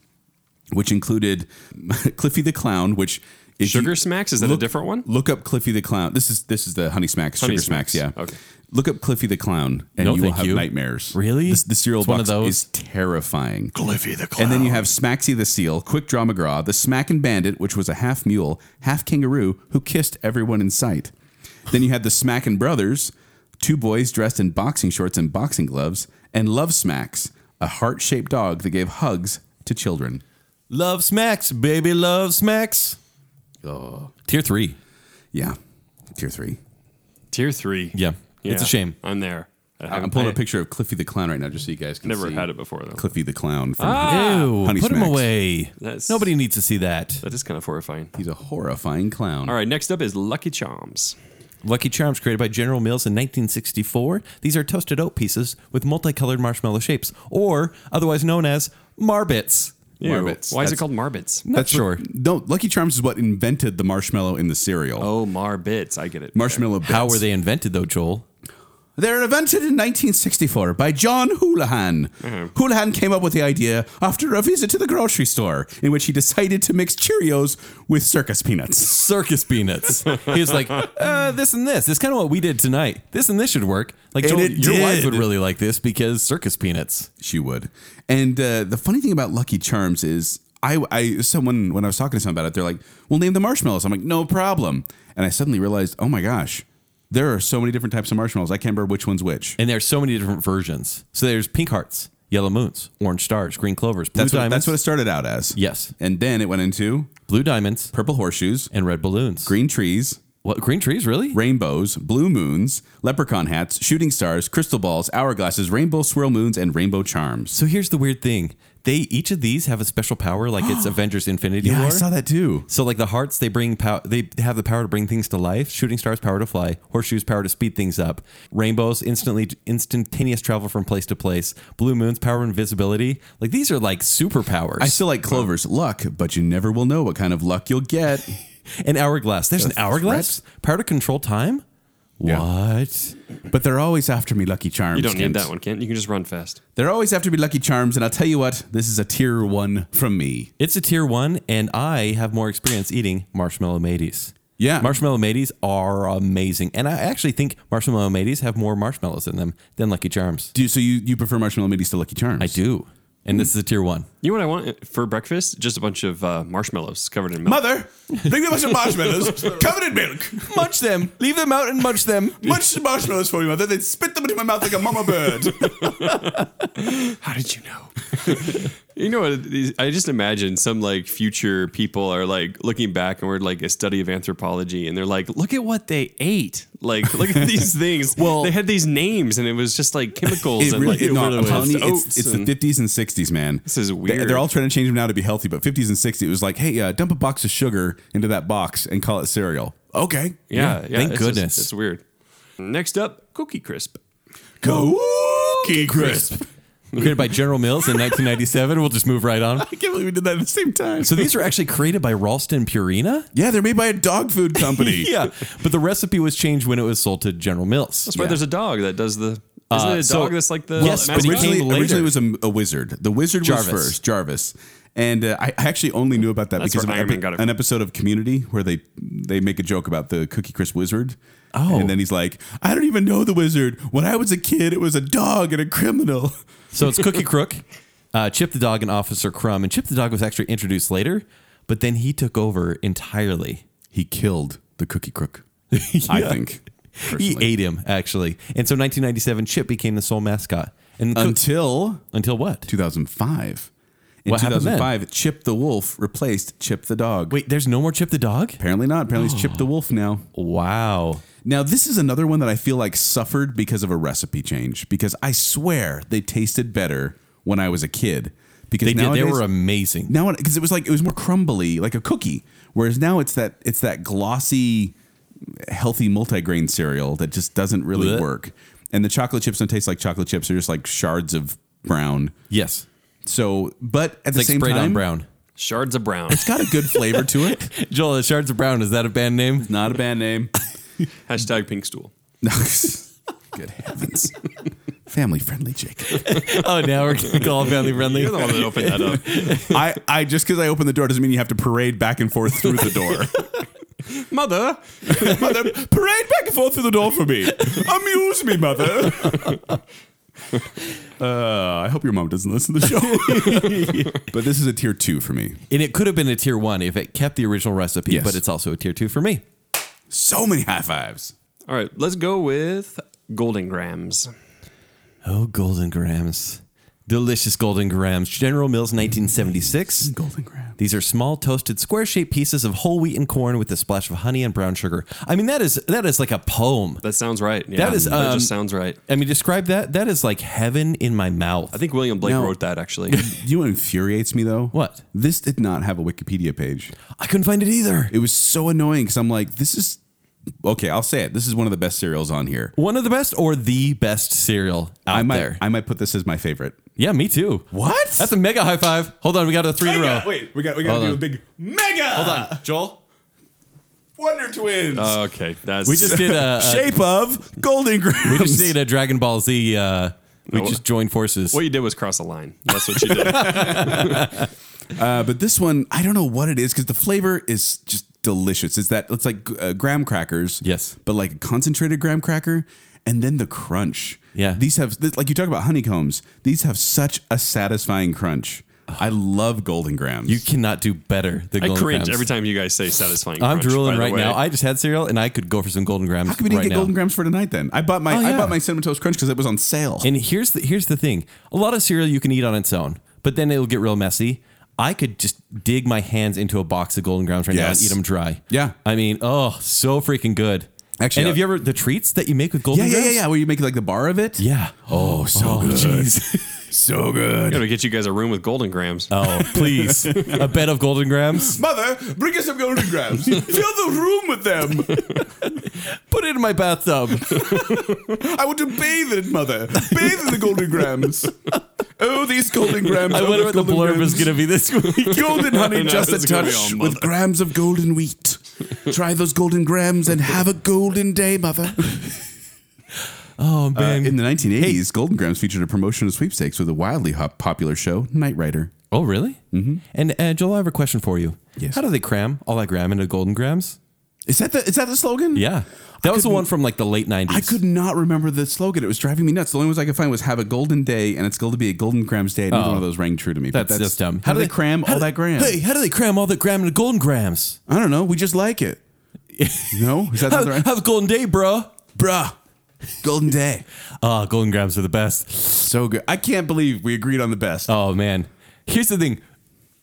which included Cliffy the Clown, which if you- Sugar Smacks? Is that look, a different one? Look up Cliffy the Clown. This is this is the Honey Smacks, Honey Sugar Smacks. Smacks. Yeah. Okay. Look up Cliffy the Clown, and No, you will thank have you. nightmares. Really? This, the cereal It's box one of those? is terrifying. Cliffy the And then you have Smaxy the Seal, Quick Draw McGraw, the Smack and Bandit, which was a half mule, half kangaroo who kissed everyone in sight. Then you had the Smack and Brothers, two boys dressed in boxing shorts and boxing gloves, and Love Smacks, a heart shaped dog that gave hugs to children. Love smacks, baby. Love smacks. Oh. Tier three. Yeah. Tier three. Tier three. Yeah. It's a Yeah. shame. I'm there. I I'm haven't- pulling I a picture of Cliffy the Clown right now just so you guys can Never see. had it before Ah! though. Cliffy the Clown. From Ew. Honey put him smacks. away. That's- Nobody needs to see that. That is kind of horrifying. He's a horrifying clown. All right, next up is Lucky Charms. Lucky Charms created by General Mills in 1964. These are toasted oat pieces with multicolored marshmallow shapes, or otherwise known as marbits. Ew. Marbits. Why is it That's- called Marbits? Not sure. What, no, Lucky Charms is what invented the marshmallow in the cereal. Oh, Marbits. I get it. Marshmallow bits. How were they invented though, Joel? They're invented in 1964 by John Houlihan. Houlihan came up with the idea after a visit to the grocery store in which he decided to mix Cheerios with circus peanuts. Circus peanuts. he was like, uh, this and this. It's kind of what we did tonight. This and this should work. Like, And Joel, it your wife did. would really like this because circus peanuts. She would. And uh, the funny thing about Lucky Charms is, I, I someone when I was talking to someone about it, they're like, "We'll name the marshmallows." I'm like, "No problem." And I suddenly realized, oh my gosh, there are so many different types of marshmallows. I can't remember which one's which. And there's so many different versions. So there's pink hearts, yellow moons, orange stars, green clovers, blue That's what, diamonds. that's what it started out as. Yes. And then it went into blue diamonds purple horseshoes, and red balloons. green trees, What green trees really? rainbows, blue moons, leprechaun hats, shooting stars, crystal balls, hourglasses, rainbow swirl moons, and rainbow charms. So here's the weird thing. They each of these have a special power like it's Avengers Infinity War. that too. So like the hearts they bring pow- they have the power to bring things to life, shooting stars power to fly, horseshoes power to speed things up, rainbows instantly instantaneous travel from place to place, blue moons power invisibility. Like these are like superpowers. I still like Clover's luck, but you never will know what kind of luck you'll get. an hourglass. There's an hourglass? Power to control time? Yeah. What? but they're always after me, Lucky Charms. You don't Kent. need that one, Kent. You can just run fast. They're always after me, Lucky Charms, and I'll tell you what, this is a tier one from me. It's a tier one, and I have more experience eating marshmallow mateys. Yeah. Marshmallow mateys are amazing. And I actually think marshmallow mateys have more marshmallows in them than Lucky Charms. Do so you you prefer marshmallow middies to Lucky Charms? I do. and this is a tier one. You know what I want for breakfast? Just a bunch of uh, marshmallows covered in milk. Mother, bring me a bunch of marshmallows covered in milk. Munch them. Leave them out and munch them. Much marshmallows for you, mother. Then spit them into my mouth like a mama bird. How did you know? you know what? These, I just imagine some like future people are like looking back and we're like a study of anthropology and they're like, look at what they ate. Like, look at these things. Well- they had these names and it was just like chemicals and like no, I'm was telling you, oats it's, it's the and- 50s and 60s, man. This is They- weird. They're all trying to change them now to be healthy, but 50s and 60s, it was like, hey, uh, dump a box of sugar into that box and call it cereal. Okay. yeah, yeah, thank it's just- goodness. it's weird. Next up, Cookie Crisp. Cookie crisp. Created by General Mills in 1997. We'll just move right on. I can't believe we did that at the same time. So these were actually created by Ralston Purina. yeah, they're made by a dog food company. Yeah, but the recipe was changed when it was sold to General Mills. That's why Yeah. there's a dog that does the. Isn't Uh, it a so- dog that's like the Yes, but mascot? it originally, came later. originally it was a, a wizard. The wizard Jarvis. was first, Jarvis. And uh, I I actually only knew about that That's because of where an, Iron Man got an it from. episode of Community where they they make a joke about the Cookie Crisp wizard. Oh. and then he's like, "I don't even know the wizard. When I was a kid, it was a dog and a criminal." So it's Cookie Crook, uh, Chip the Dog, and Officer Crumb. And Chip the Dog was actually introduced later, but then he took over entirely. He killed the Cookie Crook. I think He ate him, actually. And so 1997, Chip became the sole mascot. And Cook- until until what? 2005. In What happened then? 2005, Chip the Wolf replaced Chip the Dog. Wait, Oh. there's no more Chip the Dog? apparently not. Apparently, it's Chip the Wolf now. Wow. Now, this is another one that I feel like suffered because of a recipe change because I swear they tasted better when I was a kid. Because They did. They nowadays- were amazing. now because it was like it was more crumbly, like a cookie, whereas now it's that it's that glossy, healthy multigrain cereal that just doesn't really Blech. work. And the chocolate chips don't taste like chocolate chips; they're just like shards of brown. Yes. So, but at the It's like same sprayed time, on brown. Shards of brown it's got a good flavor to it. Joel, the Shards of Brown, is that a band name? Not a bad name. hashtag pink stool. good heavens, family friendly, Jake. oh, now we're going to call it family friendly. You're the one that opened that up. I, I just because I open the door doesn't mean you have to parade back and forth through the door. Mother, mother, parade back and forth through the door for me. Amuse me, mother. Uh, I hope your mom doesn't listen to the show. but this is a tier two for me. And it could have been a tier one if it kept the original recipe, Yes. but it's also a tier two for me. So many high fives. All right, let's go with Golden Grams. Oh, Golden Grams. Delicious Golden Grams. General Mills 1976. Golden Graham. These are small toasted square shaped pieces of whole wheat and corn with a splash of honey and brown sugar. I mean that is that is like a poem. That sounds right. Yeah, That is, that um, just sounds right. I mean describe that that is like heaven in my mouth. I think William Blake Now- wrote that actually. You know what infuriates me though? What? This did not have a Wikipedia page. I couldn't find it either. It was so annoying because I'm like, this is okay. I'll say it. This is one of the best cereals on here. One of the best or the best cereal out I might, there. I might put this as my favorite. yeah, me too. What? That's a mega high five. Hold on, we got a three in a row. Wait, we got we Hold got to do on. a big mega. Hold on, Joel. Wonder Twins. okay, that's We just did a, a Shape of Golden Grams. we just did a Dragon Ball Z. Uh, we No. just joined forces. what you did was cross a line. That's what you did. Uh, but this one, I don't know what it is because the flavor is just delicious. It's that it's like uh, graham crackers. Yes. but like a concentrated graham cracker, and then the crunch. Yeah. these have th- like you talk about honeycombs. These have such a satisfying crunch. I love Golden Grams. You cannot do better than I Golden cringe Grams. every time you guys say satisfying. I'm crunch, by drooling the right way. now. I just had cereal and I could go for some Golden Grams. How come we didn't right get now. Golden Grams for tonight? Then I bought my Oh, I yeah. bought my cinnamon toast crunch because it was on sale. And here's the here's the thing: a lot of cereal you can eat on its own, but then it'll get real messy. I could just dig my hands into a box of Golden Grams right now and Yes. eat them dry. Yeah. I mean, oh, so freaking good. Actually, and uh, have you ever the treats that you make with yeah, Golden yeah, yeah, Grams? yeah. Where you make like the bar of it. yeah. Oh, so good. so good. gotta get you guys a room with Golden Grams. Oh, please, a bed of Golden Grams. Mother, bring us some Golden Grams. Fill the room with them. Put it in my bathtub. I want to bathe in it, mother. Bathe in the golden grams. Oh, these golden grams. I Oh, wonder these what the golden blurb grams. is going to be this week. Golden honey, know, just a it's gonna be touch all with mother. grams of golden wheat. Try those golden grams and have a golden day, mother. Oh man. Uh, In the 1980s, Golden Grams featured a promotion of sweepstakes with a wildly hop popular show, Knight Rider. oh really? Mm-hmm. And uh, Joel, I have a question for you. Yes. How do they cram all that gram into Golden Grams? Is that the is that the slogan? Yeah. That was the couldn't- one from like the late 90s. I could not remember the slogan. It was driving me nuts. The only ones I could find was "Have a golden day," and it's going to be a golden grams day. Neither Oh. one of those rang true to me. but That's, just dumb. How do they cram how all do- that gram? Hey, how do they cram all that gram into golden grams? I don't know. We just like it. no, is that not Have, the right? have a golden day, bruh. Bruh, golden day, Oh, golden grams are the best. so good. I can't believe we agreed on the best. Oh man. Here's the thing.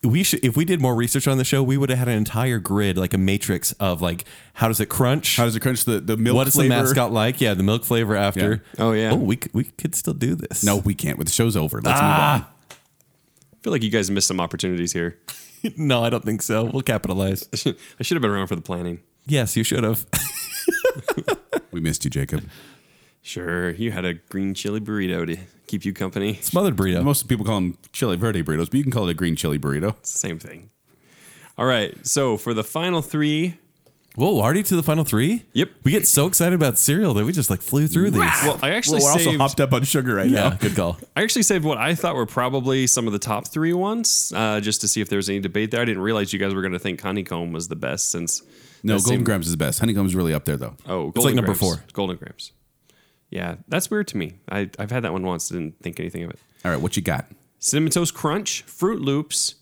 We should if we did more research on the show, we would have had an entire grid, like a matrix of like how does it crunch? How does it crunch the the milk? what is flavor? the mascot like? Yeah, the milk flavor after. Yeah. Oh, yeah. Oh, we c- we could still do this. No, Oh, we can't. Well, The show's over. Let's move on. I feel like you guys missed some opportunities here. no, I don't think so. We'll capitalize. I should have been around for the planning. yes, you should have. We missed you, Jacob. Sure, you had a green chili burrito to keep you company. It's Smothered burrito. Most people call them chili verde burritos, but you can call it a green chili burrito. the same thing. All right, so for the final three, Whoa, already to the final three? Yep. We get so excited about cereal that we just like flew through these. well, I actually Well, we're also saved. hopped up on sugar right yeah, now. good call. I actually saved what I thought were probably some of the top three ones, uh, just to see if there was any debate there. I didn't realize you guys were going to think honeycomb was the best since. No, that golden seemed- grams is the best. Honeycomb's really up there though. Oh, golden like number grams. four. Golden grams. Yeah, that's weird to me. I, I've had that one once. Didn't think anything of it. All right, what you got? Cinnamon Toast Crunch, Fruit Loops,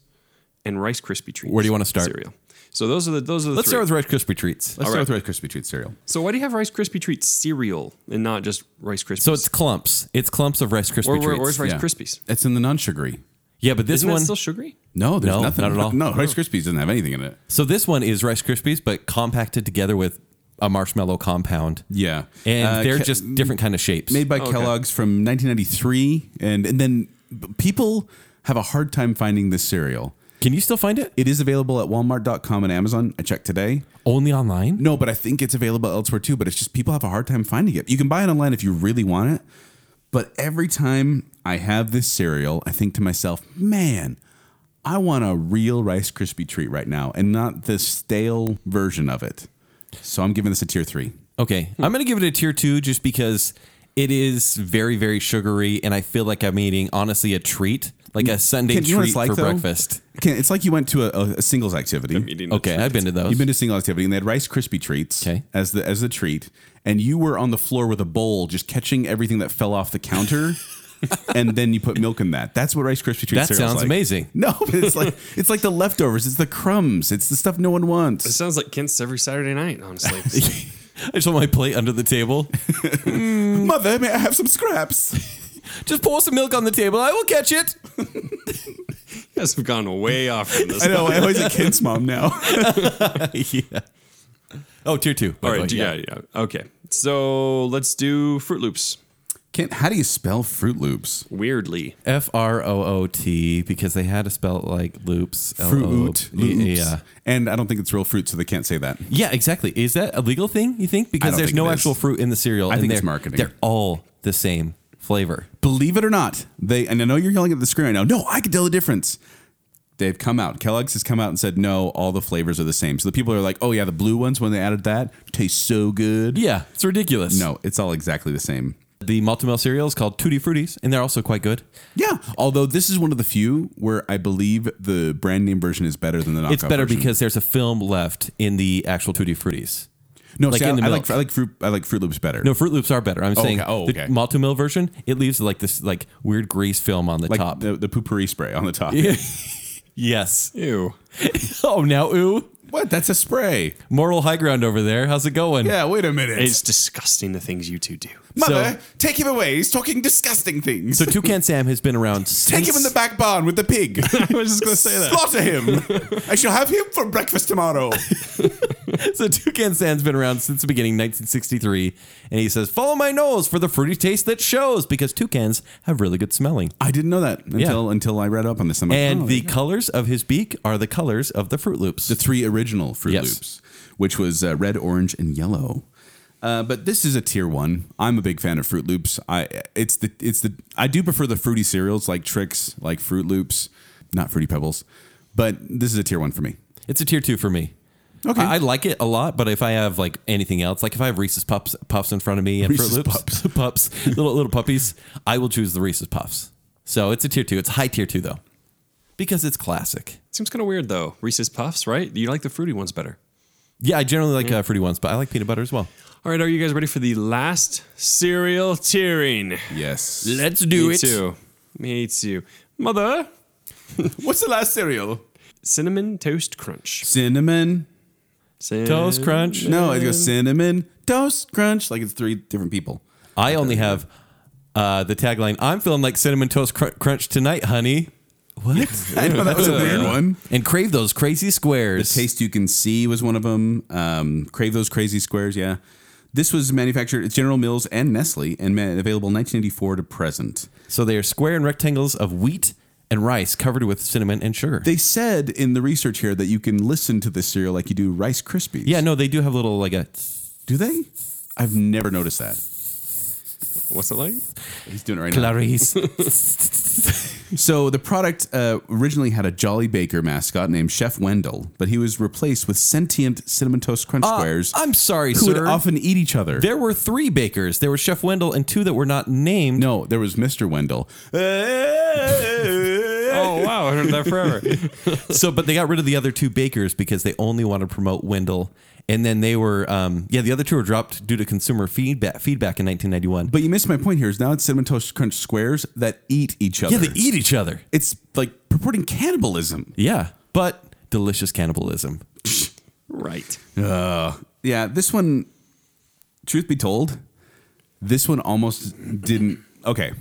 and Rice Krispie treats. Where do you wanna start? Cereal. So those are the those are the. Let's three. start with Rice Krispie treats. Let's All start with Rice Krispie treat cereal. So why do you have Rice Krispie treats cereal and not just Rice Krispies? So it's clumps. It's clumps of Rice Krispie or, or, treats. or is Rice Yeah. Krispies? It's in the non-sugary. yeah, but this Isn't one. that still sugary? No, there's No, nothing not at all. No, Rice Krispies doesn't have anything in it. so this one is Rice Krispies, but compacted together with a marshmallow compound, Yeah, and Uh, they're Ke- just different kind of shapes. made by Oh, Okay. Kellogg's from 1993, and and then b- people have a hard time finding this cereal. Can you still find it? It is available at Walmart.com and Amazon. I checked today. Only online. No, but I think it's available elsewhere too. But it's just people have a hard time finding it. You can buy it online if you really want it. But every time I have this cereal, I think to myself, man, I want a real Rice Krispie treat right now and not the stale version of it. So I'm giving this a tier three. Okay, Hmm. I'm gonna give it a tier two just because it is very very sugary, and I feel like I'm eating honestly a treat, like a Sunday Mm. Can- you know what treat it's like, for though? breakfast. Can, it's like you went to a, a singles activity. Eating the Okay, I've been to those. You've been to single activity, and they had Rice Krispie treats Okay. as the as the treat, and you were on the floor with a bowl, just catching everything that fell off the counter, and then you put milk in that. That's what Rice Krispie treats. That cereal's sounds like. amazing. No, but it's like it's like the leftovers. It's the crumbs. It's the stuff no one It wants. sounds like Kent's every Saturday night, honestly. I just want my plate under the table. Mother, may I have some scraps? Just pour some milk on the table. I will catch it. you guys have gone way off from this. I know. I always a kid's mom now. yeah. Oh, tier two. by All the right, way, yeah. yeah, Okay, so let's do Fruit Loops. Kent, how do you spell Fruit Loops? Weirdly, F R O O T because they had to spell it like loops. Fruit L O O P. Loops. Oh, Yeah. And I don't think it's real fruit, so they can't say that. Yeah, exactly. Is that a legal thing? You think I because don't there's think no it is. actual fruit in the cereal. I and think it's they're- marketing. They're all the same flavor. believe it or not, they and I know you're yelling at the screen right now. No, I can tell the difference. They've come out. Kellogg's has come out and said no, all the flavors are the same. So the people are like, oh yeah, the blue ones when they added that taste so good. Yeah, it's ridiculous. No, it's all exactly the same. the Maltamel cereal is called Tutti Fruities, and they're also quite good. Yeah. Although this is one of the few where I believe the brand name version is better than the knockoff. It's better version. because there's a film left in the actual Tutti Fruities. no, like see, in I, the I milk. like I like fruit I like Fruit Loops better. No, Fruit Loops are better. I'm saying okay. Oh, okay. the Maltamel version it leaves like this like weird grease film on the like top. the the poopery spray on the top. yes. ew. Oh, now ooh. What? That's a spray. Moral high ground over there. How's it going? Yeah. Wait a minute. It's disgusting the things you two do. Mother, so- take him away. He's talking disgusting things. So Toucan Sam has been around since Take him in the back barn with the pig. I was just going to say that. Slaughter him. I shall have him for breakfast tomorrow. So Toucan Sam's been around since the beginning, 1963, and he says, "Follow my nose for the fruity taste that shows," because toucans have really good smelling. I didn't know that until Yeah. until I read up on this. I'm like, And oh, the colors of his beak are the colors of the Fruit Loops. the three original Fruit Yes. Loops, which was uh, red, orange, and yellow. Uh, but this is a tier one. I'm a big fan of Fruit Loops. I it's the it's the I do prefer the fruity cereals like Tricks, like Fruit Loops, not Fruity Pebbles. But this is a tier one for me. it's a tier two for me. Okay. I, I like it a lot, but if I have like anything else, like if I have Reese's Puffs puffs in front of me and Reese's Fruit Loops Pups. pups, little little puppies, I will choose the Reese's Puffs. So it's a tier two. It's high tier two though, because it's classic. Seems kind of weird though. Reese's Puffs, right? You like the fruity ones better. Yeah, I generally like uh, fruity ones, but I like peanut butter as well. All right, are you guys ready for the last cereal tearing? Yes. Let's do Me too. Me too. Mother, What's the last cereal? cinnamon toast crunch. Cinnamon. Toast crunch. No, it goes cinnamon toast crunch. Like it's three different people. I only have uh, the tagline. I'm feeling like cinnamon toast cr- crunch tonight, honey. What? I know that was a weird one. and crave those crazy The squares. taste you can see was one of them. Um, crave those crazy squares. Yeah. This was manufactured at General Mills and Nestle and ma- available 1984 to present. so they are square and rectangles of wheat and rice covered with cinnamon and sugar. They said in the research here that you can listen to this cereal like you do Rice Krispies. yeah, no, they do have little like a. Do they? I've never noticed that. What's it like? He's doing it right now. Clarice. So the product uh, originally had a Jolly Baker mascot named Chef Wendell, but he was replaced with sentient cinnamon toast crunch Uh, squares. I'm sorry, who sir. would often eat each other. there were three bakers. There was Chef Wendell and two that were not named. no, there was Mr. Wendell. oh, Oh, wow. I heard that forever. so but they got rid of the other two bakers because they only wanted to promote Wendell. And then they were um, yeah, the other two were dropped due to consumer feedback feedback in 1991. But you missed my point here. Is now it's cinnamon toast crunch squares that eat each other. yeah, they eat each other. It's like purporting cannibalism. Yeah, but delicious cannibalism. right. Yeah, this one. Truth be told, this one almost didn't. Okay,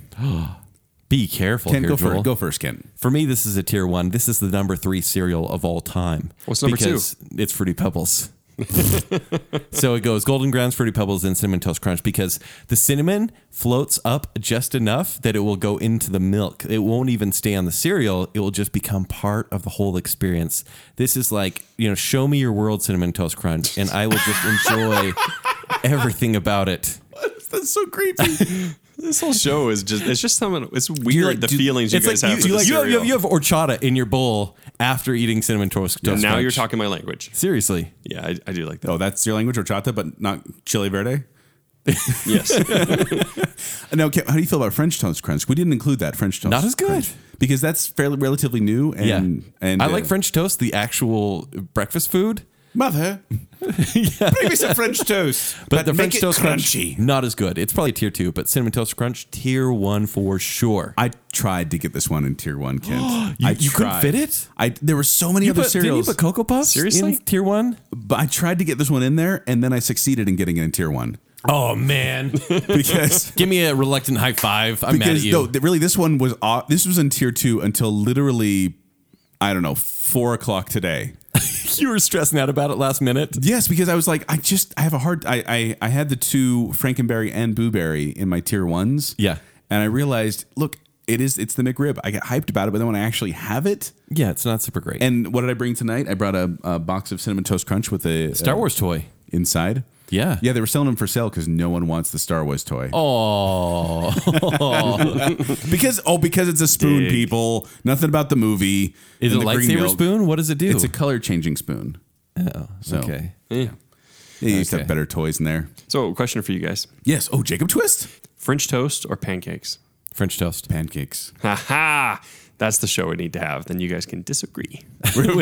Be careful Ken, here, go Joel. first. Go first, Ken. For me, this is a tier one. This is the number three cereal of all time. What's number two? because It's Fruity Pebbles. so it goes Golden Grounds, Fruity Pebbles, and Cinnamon Toast Crunch because the cinnamon floats up just enough that it will go into the milk. It won't even stay on the cereal. It will just become part of the whole experience. This is like, you know, show me your world Cinnamon Toast Crunch, and I will just enjoy everything about it. That's so creepy. This whole show is just, it's just some, it's You weird like- the do- feelings you it's guys like have. for the you have, you cereal. have- you have horchata in your bowl after eating cinnamon toast. toast now you're crunch. talking my language. seriously. Yeah, I, I do like that. oh, that's your language, horchata, but not chili verde. Yes. Now, Ken, how do you feel about French toast crunch? We didn't include that French toast. Not as good. crunch, because that's fairly relatively new. And, yeah, and I uh, like French toast, the actual breakfast food, Mother, bring me some French toast, but, the French toast crunchy. crunch not as good. It's probably tier two, but cinnamon toast crunch tier one for sure. I tried to get this one in tier one, Kent. You- I you couldn't tried. fit it? I there were so many you other put, didn't you cereals, put cocoa puffs Seriously? in tier one? but I tried to get this one in there, and then I succeeded in getting it in tier one Oh man, because. give me a reluctant high five. I'm mad at Because you. no, th- really, this one was au- this was in tier two until literally, I don't know, four o'clock today. you were stressing out about it last minute. Yes, because I was like, I just I have a hard I I, I had the two Frankenberry and Blueberry in my tier ones. Yeah. and I realized, look, it is it's the McRib. I get hyped about it, but then when I actually have it, Yeah, it's not super great. and what did I bring tonight? I brought a, a box of cinnamon toast crunch with a Star uh, Wars toy. inside. Yeah. yeah, they were selling them for sale because no one wants the Star Wars toy. Oh, because oh, because it's a spoon, Dig. people. Nothing about the movie. is it and a the green lightsaber milk. spoon? What does it do? It's a color changing spoon. Oh, So- okay. They used to Okay. have better toys in there. so, question for you guys Yes. Oh, Jacob Twist. French toast or pancakes? French toast. Pancakes. Ha ha! That's the show we need to have. Then you guys can disagree. Because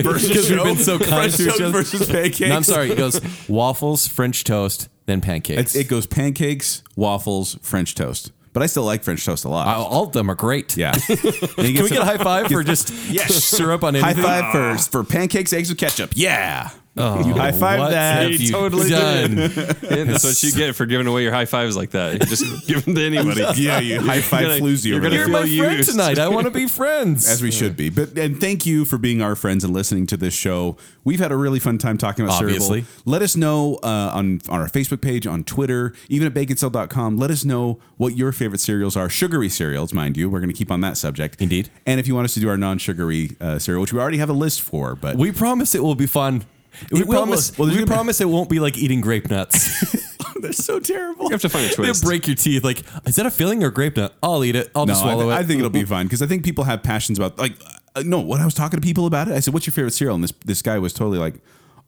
we've been so kind to each other. versus pancakes. No, I'm sorry. It goes waffles, French toast, then pancakes. It's, it goes pancakes, waffles, French toast. But I still like French toast a lot. Uh, all of them are great. yeah. Can Can we get a high five for just syrup on High anything? five first for pancakes, eggs with ketchup. Yeah. Oh. you high Oh, what five that. have you Totally done? Yeah, that's what you get for giving away your high fives like that. You Just give them to anybody. yeah, you high five gonna- floozy you're over gonna You're there. my Feel friend used. tonight. I want to be friends. As we should be. But and thank you for being our friends and listening to this show. We've had a really fun time talking about Obviously. Cerebral. Let us know uh, on, on our Facebook page, on Twitter, even at baconcell.com. Let us know what your favorite cereals are. Sugary cereals, mind you. We're going to keep on that subject. Indeed. And if you want us to do our non sugary uh, cereal, which we already have a list for, but we promise it will be fun. We will- promise. well, there's we gonna be- promise it won't be like eating grape nuts. they're so terrible. You have to find a They'll twist. break your teeth. Like, is that a filling or grape nut? I'll eat it. I'll No, just I, swallow thi- it. I think it'll be fine because I think people have passions about like uh, no. When I was talking to people about it, I said, "What's your favorite cereal?" And this this guy was totally like,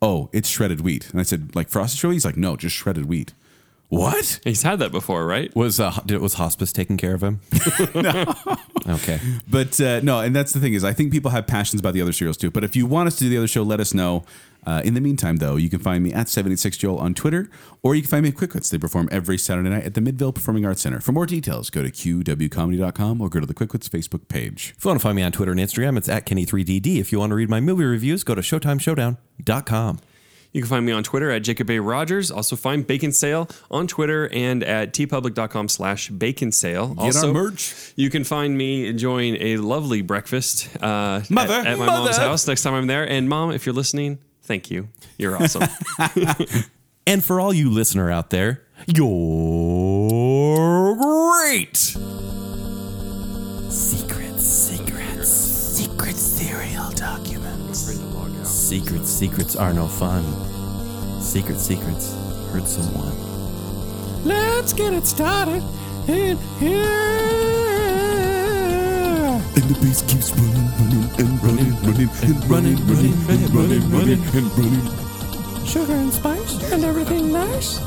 "Oh, it's shredded wheat." And I said, "Like frosted cereal?" He's like, "No, just shredded wheat." What? He's had that before, right? was uh, did- was hospice taking care of him? Okay. But uh, no, and that's the thing is, I think people have passions about the other cereals too. But if you want us to do the other show, let us know. Uh, in the meantime, though, you can find me at 76Joel on Twitter, or you can find me at Quick Quits. They perform every Saturday night at the Midville Performing Arts Center. For more details, go to qwcomedy.com or go to the Quick Quits Facebook page. If you want to find me on Twitter and Instagram, it's at Kenny3DD. If you want to read my movie reviews, go to ShowtimeShowdown.com. You can find me on Twitter at Jacob A. Rogers. Also find Bacon Sale on Twitter and at tpublic.com slash bacon sale. Get our also, merch. You can find me enjoying a lovely breakfast uh, Mother, at, at my mother. mom's house next time I'm there. And mom, if you're listening, thank you. You're awesome. And for all you listener out there, you're great. Secret, secrets, secret serial documents. Secret, secrets are no fun. Secret, secrets hurt someone. Let's get it started in here. And the bass keeps running, running, and running, running, and running, running, and running, running, and running. Sugar and spice and everything nice.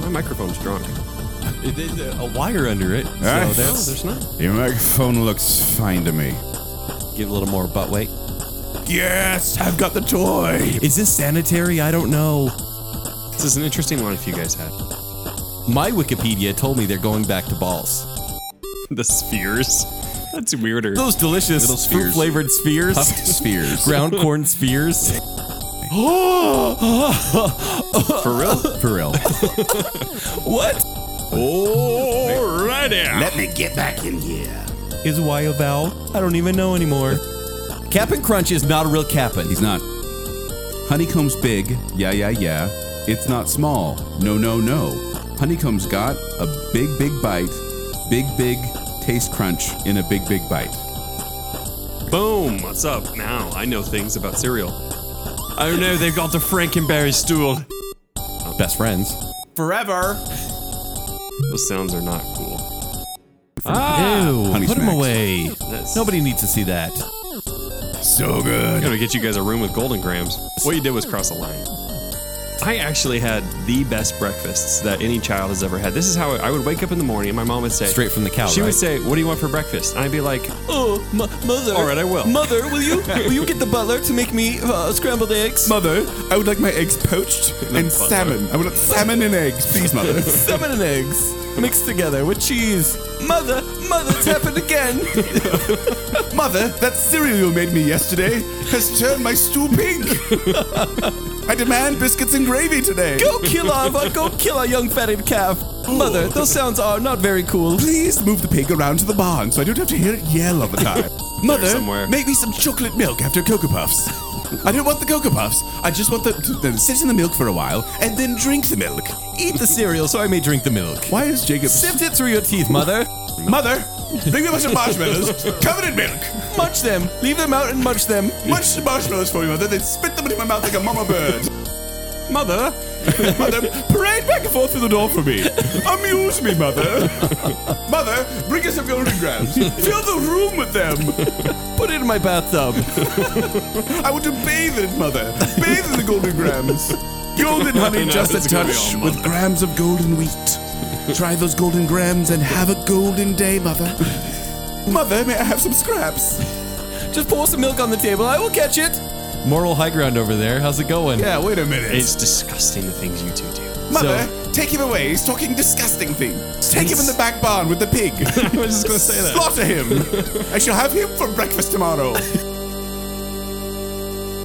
my microphone's drunk. There's a a wire under it, so right. No, that's there's not. Your microphone looks fine to me. give it a little more butt weight. Yes, I've got the toy. Is this sanitary? I don't know. This is an interesting one if you guys had. My Wikipedia told me they're going back to balls. The spheres. That's weirder. Those Little delicious spheres. fruit flavored spheres, Puffed spheres. ground corn spheres. Oh, For real? For real. What Alrighty. Let me get back in here. is Y a vowel? I don't even know anymore. Cap'n Crunch is not a real Cap'n. He's not. Honeycomb's big. Yeah, yeah, yeah. It's not small. No, no, no. Honeycomb's got a big, big bite. Big, big taste crunch in a big, big bite. Boom. What's up? Now I know things about cereal. Oh no, they've got the Frankenberry stool. Best friends. Forever. Those sounds are not cool. Ah, Ew, Honey put them smacks. away. That's- Nobody needs to see that. So good. Gonna get you guys a room with golden grams. What you did was cross a line. I actually had the best breakfasts that any child has ever had. This is how I would wake up in the morning and my mom would say, Straight from the cow, She right? would say, What do you want for breakfast? And I'd be like, Oh, mother. All right, I will. Mother, will you will you get the butler to make me uh, scrambled eggs? Mother, I would like my eggs poached and salmon. I would like salmon and eggs, please, mother. Salmon and eggs mixed together with cheese. Mother, mother, it's happened again. mother, that cereal you made me yesterday has turned my stew pink. I demand biscuits and gravy today. Go kill Ava, go kill our young fatted calf. Mother, those sounds are not very cool. Please move the pig around to the barn so I don't have to hear it yell all the time. Mother, somewhere. make me some chocolate milk after Cocoa Puffs. I don't want the Cocoa Puffs. I just want them to then sit in the milk for a while and then drink the milk. Eat the cereal so I may drink the milk. Why is Jacob. Sift it through your teeth, mother. Mother, bring me a bunch of marshmallows covered in milk. Munch them. Leave them out and munch them. Munch the marshmallows for me, Mother, then spit them into my mouth like a mama bird. Mother. Mother, parade back and forth through the door for me. Amuse me, Mother. Mother, bring us some golden grams. Fill the room with them. Put it in my bathtub. I want to bathe in it, mother. Bathe in the golden grams. Golden honey, just a touch with grams of golden wheat. Try those golden grams and have a golden day, mother. Mother, may I have some scraps? Just pour some milk on the table. I will catch it. Moral high ground over there. How's it going? Yeah, wait a minute. It's disgusting the things you two do. mother, take him away. He's talking disgusting things. Take him in the back barn with the pig. I was just gonna say that. Slaughter him. I shall have him for breakfast tomorrow.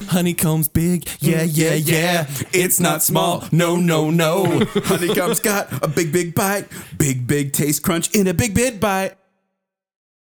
Honeycomb's big. Yeah, yeah, yeah. It's not small. No, no, no. Honeycomb's got a big, big bite. Big, big taste crunch in a big, big bite.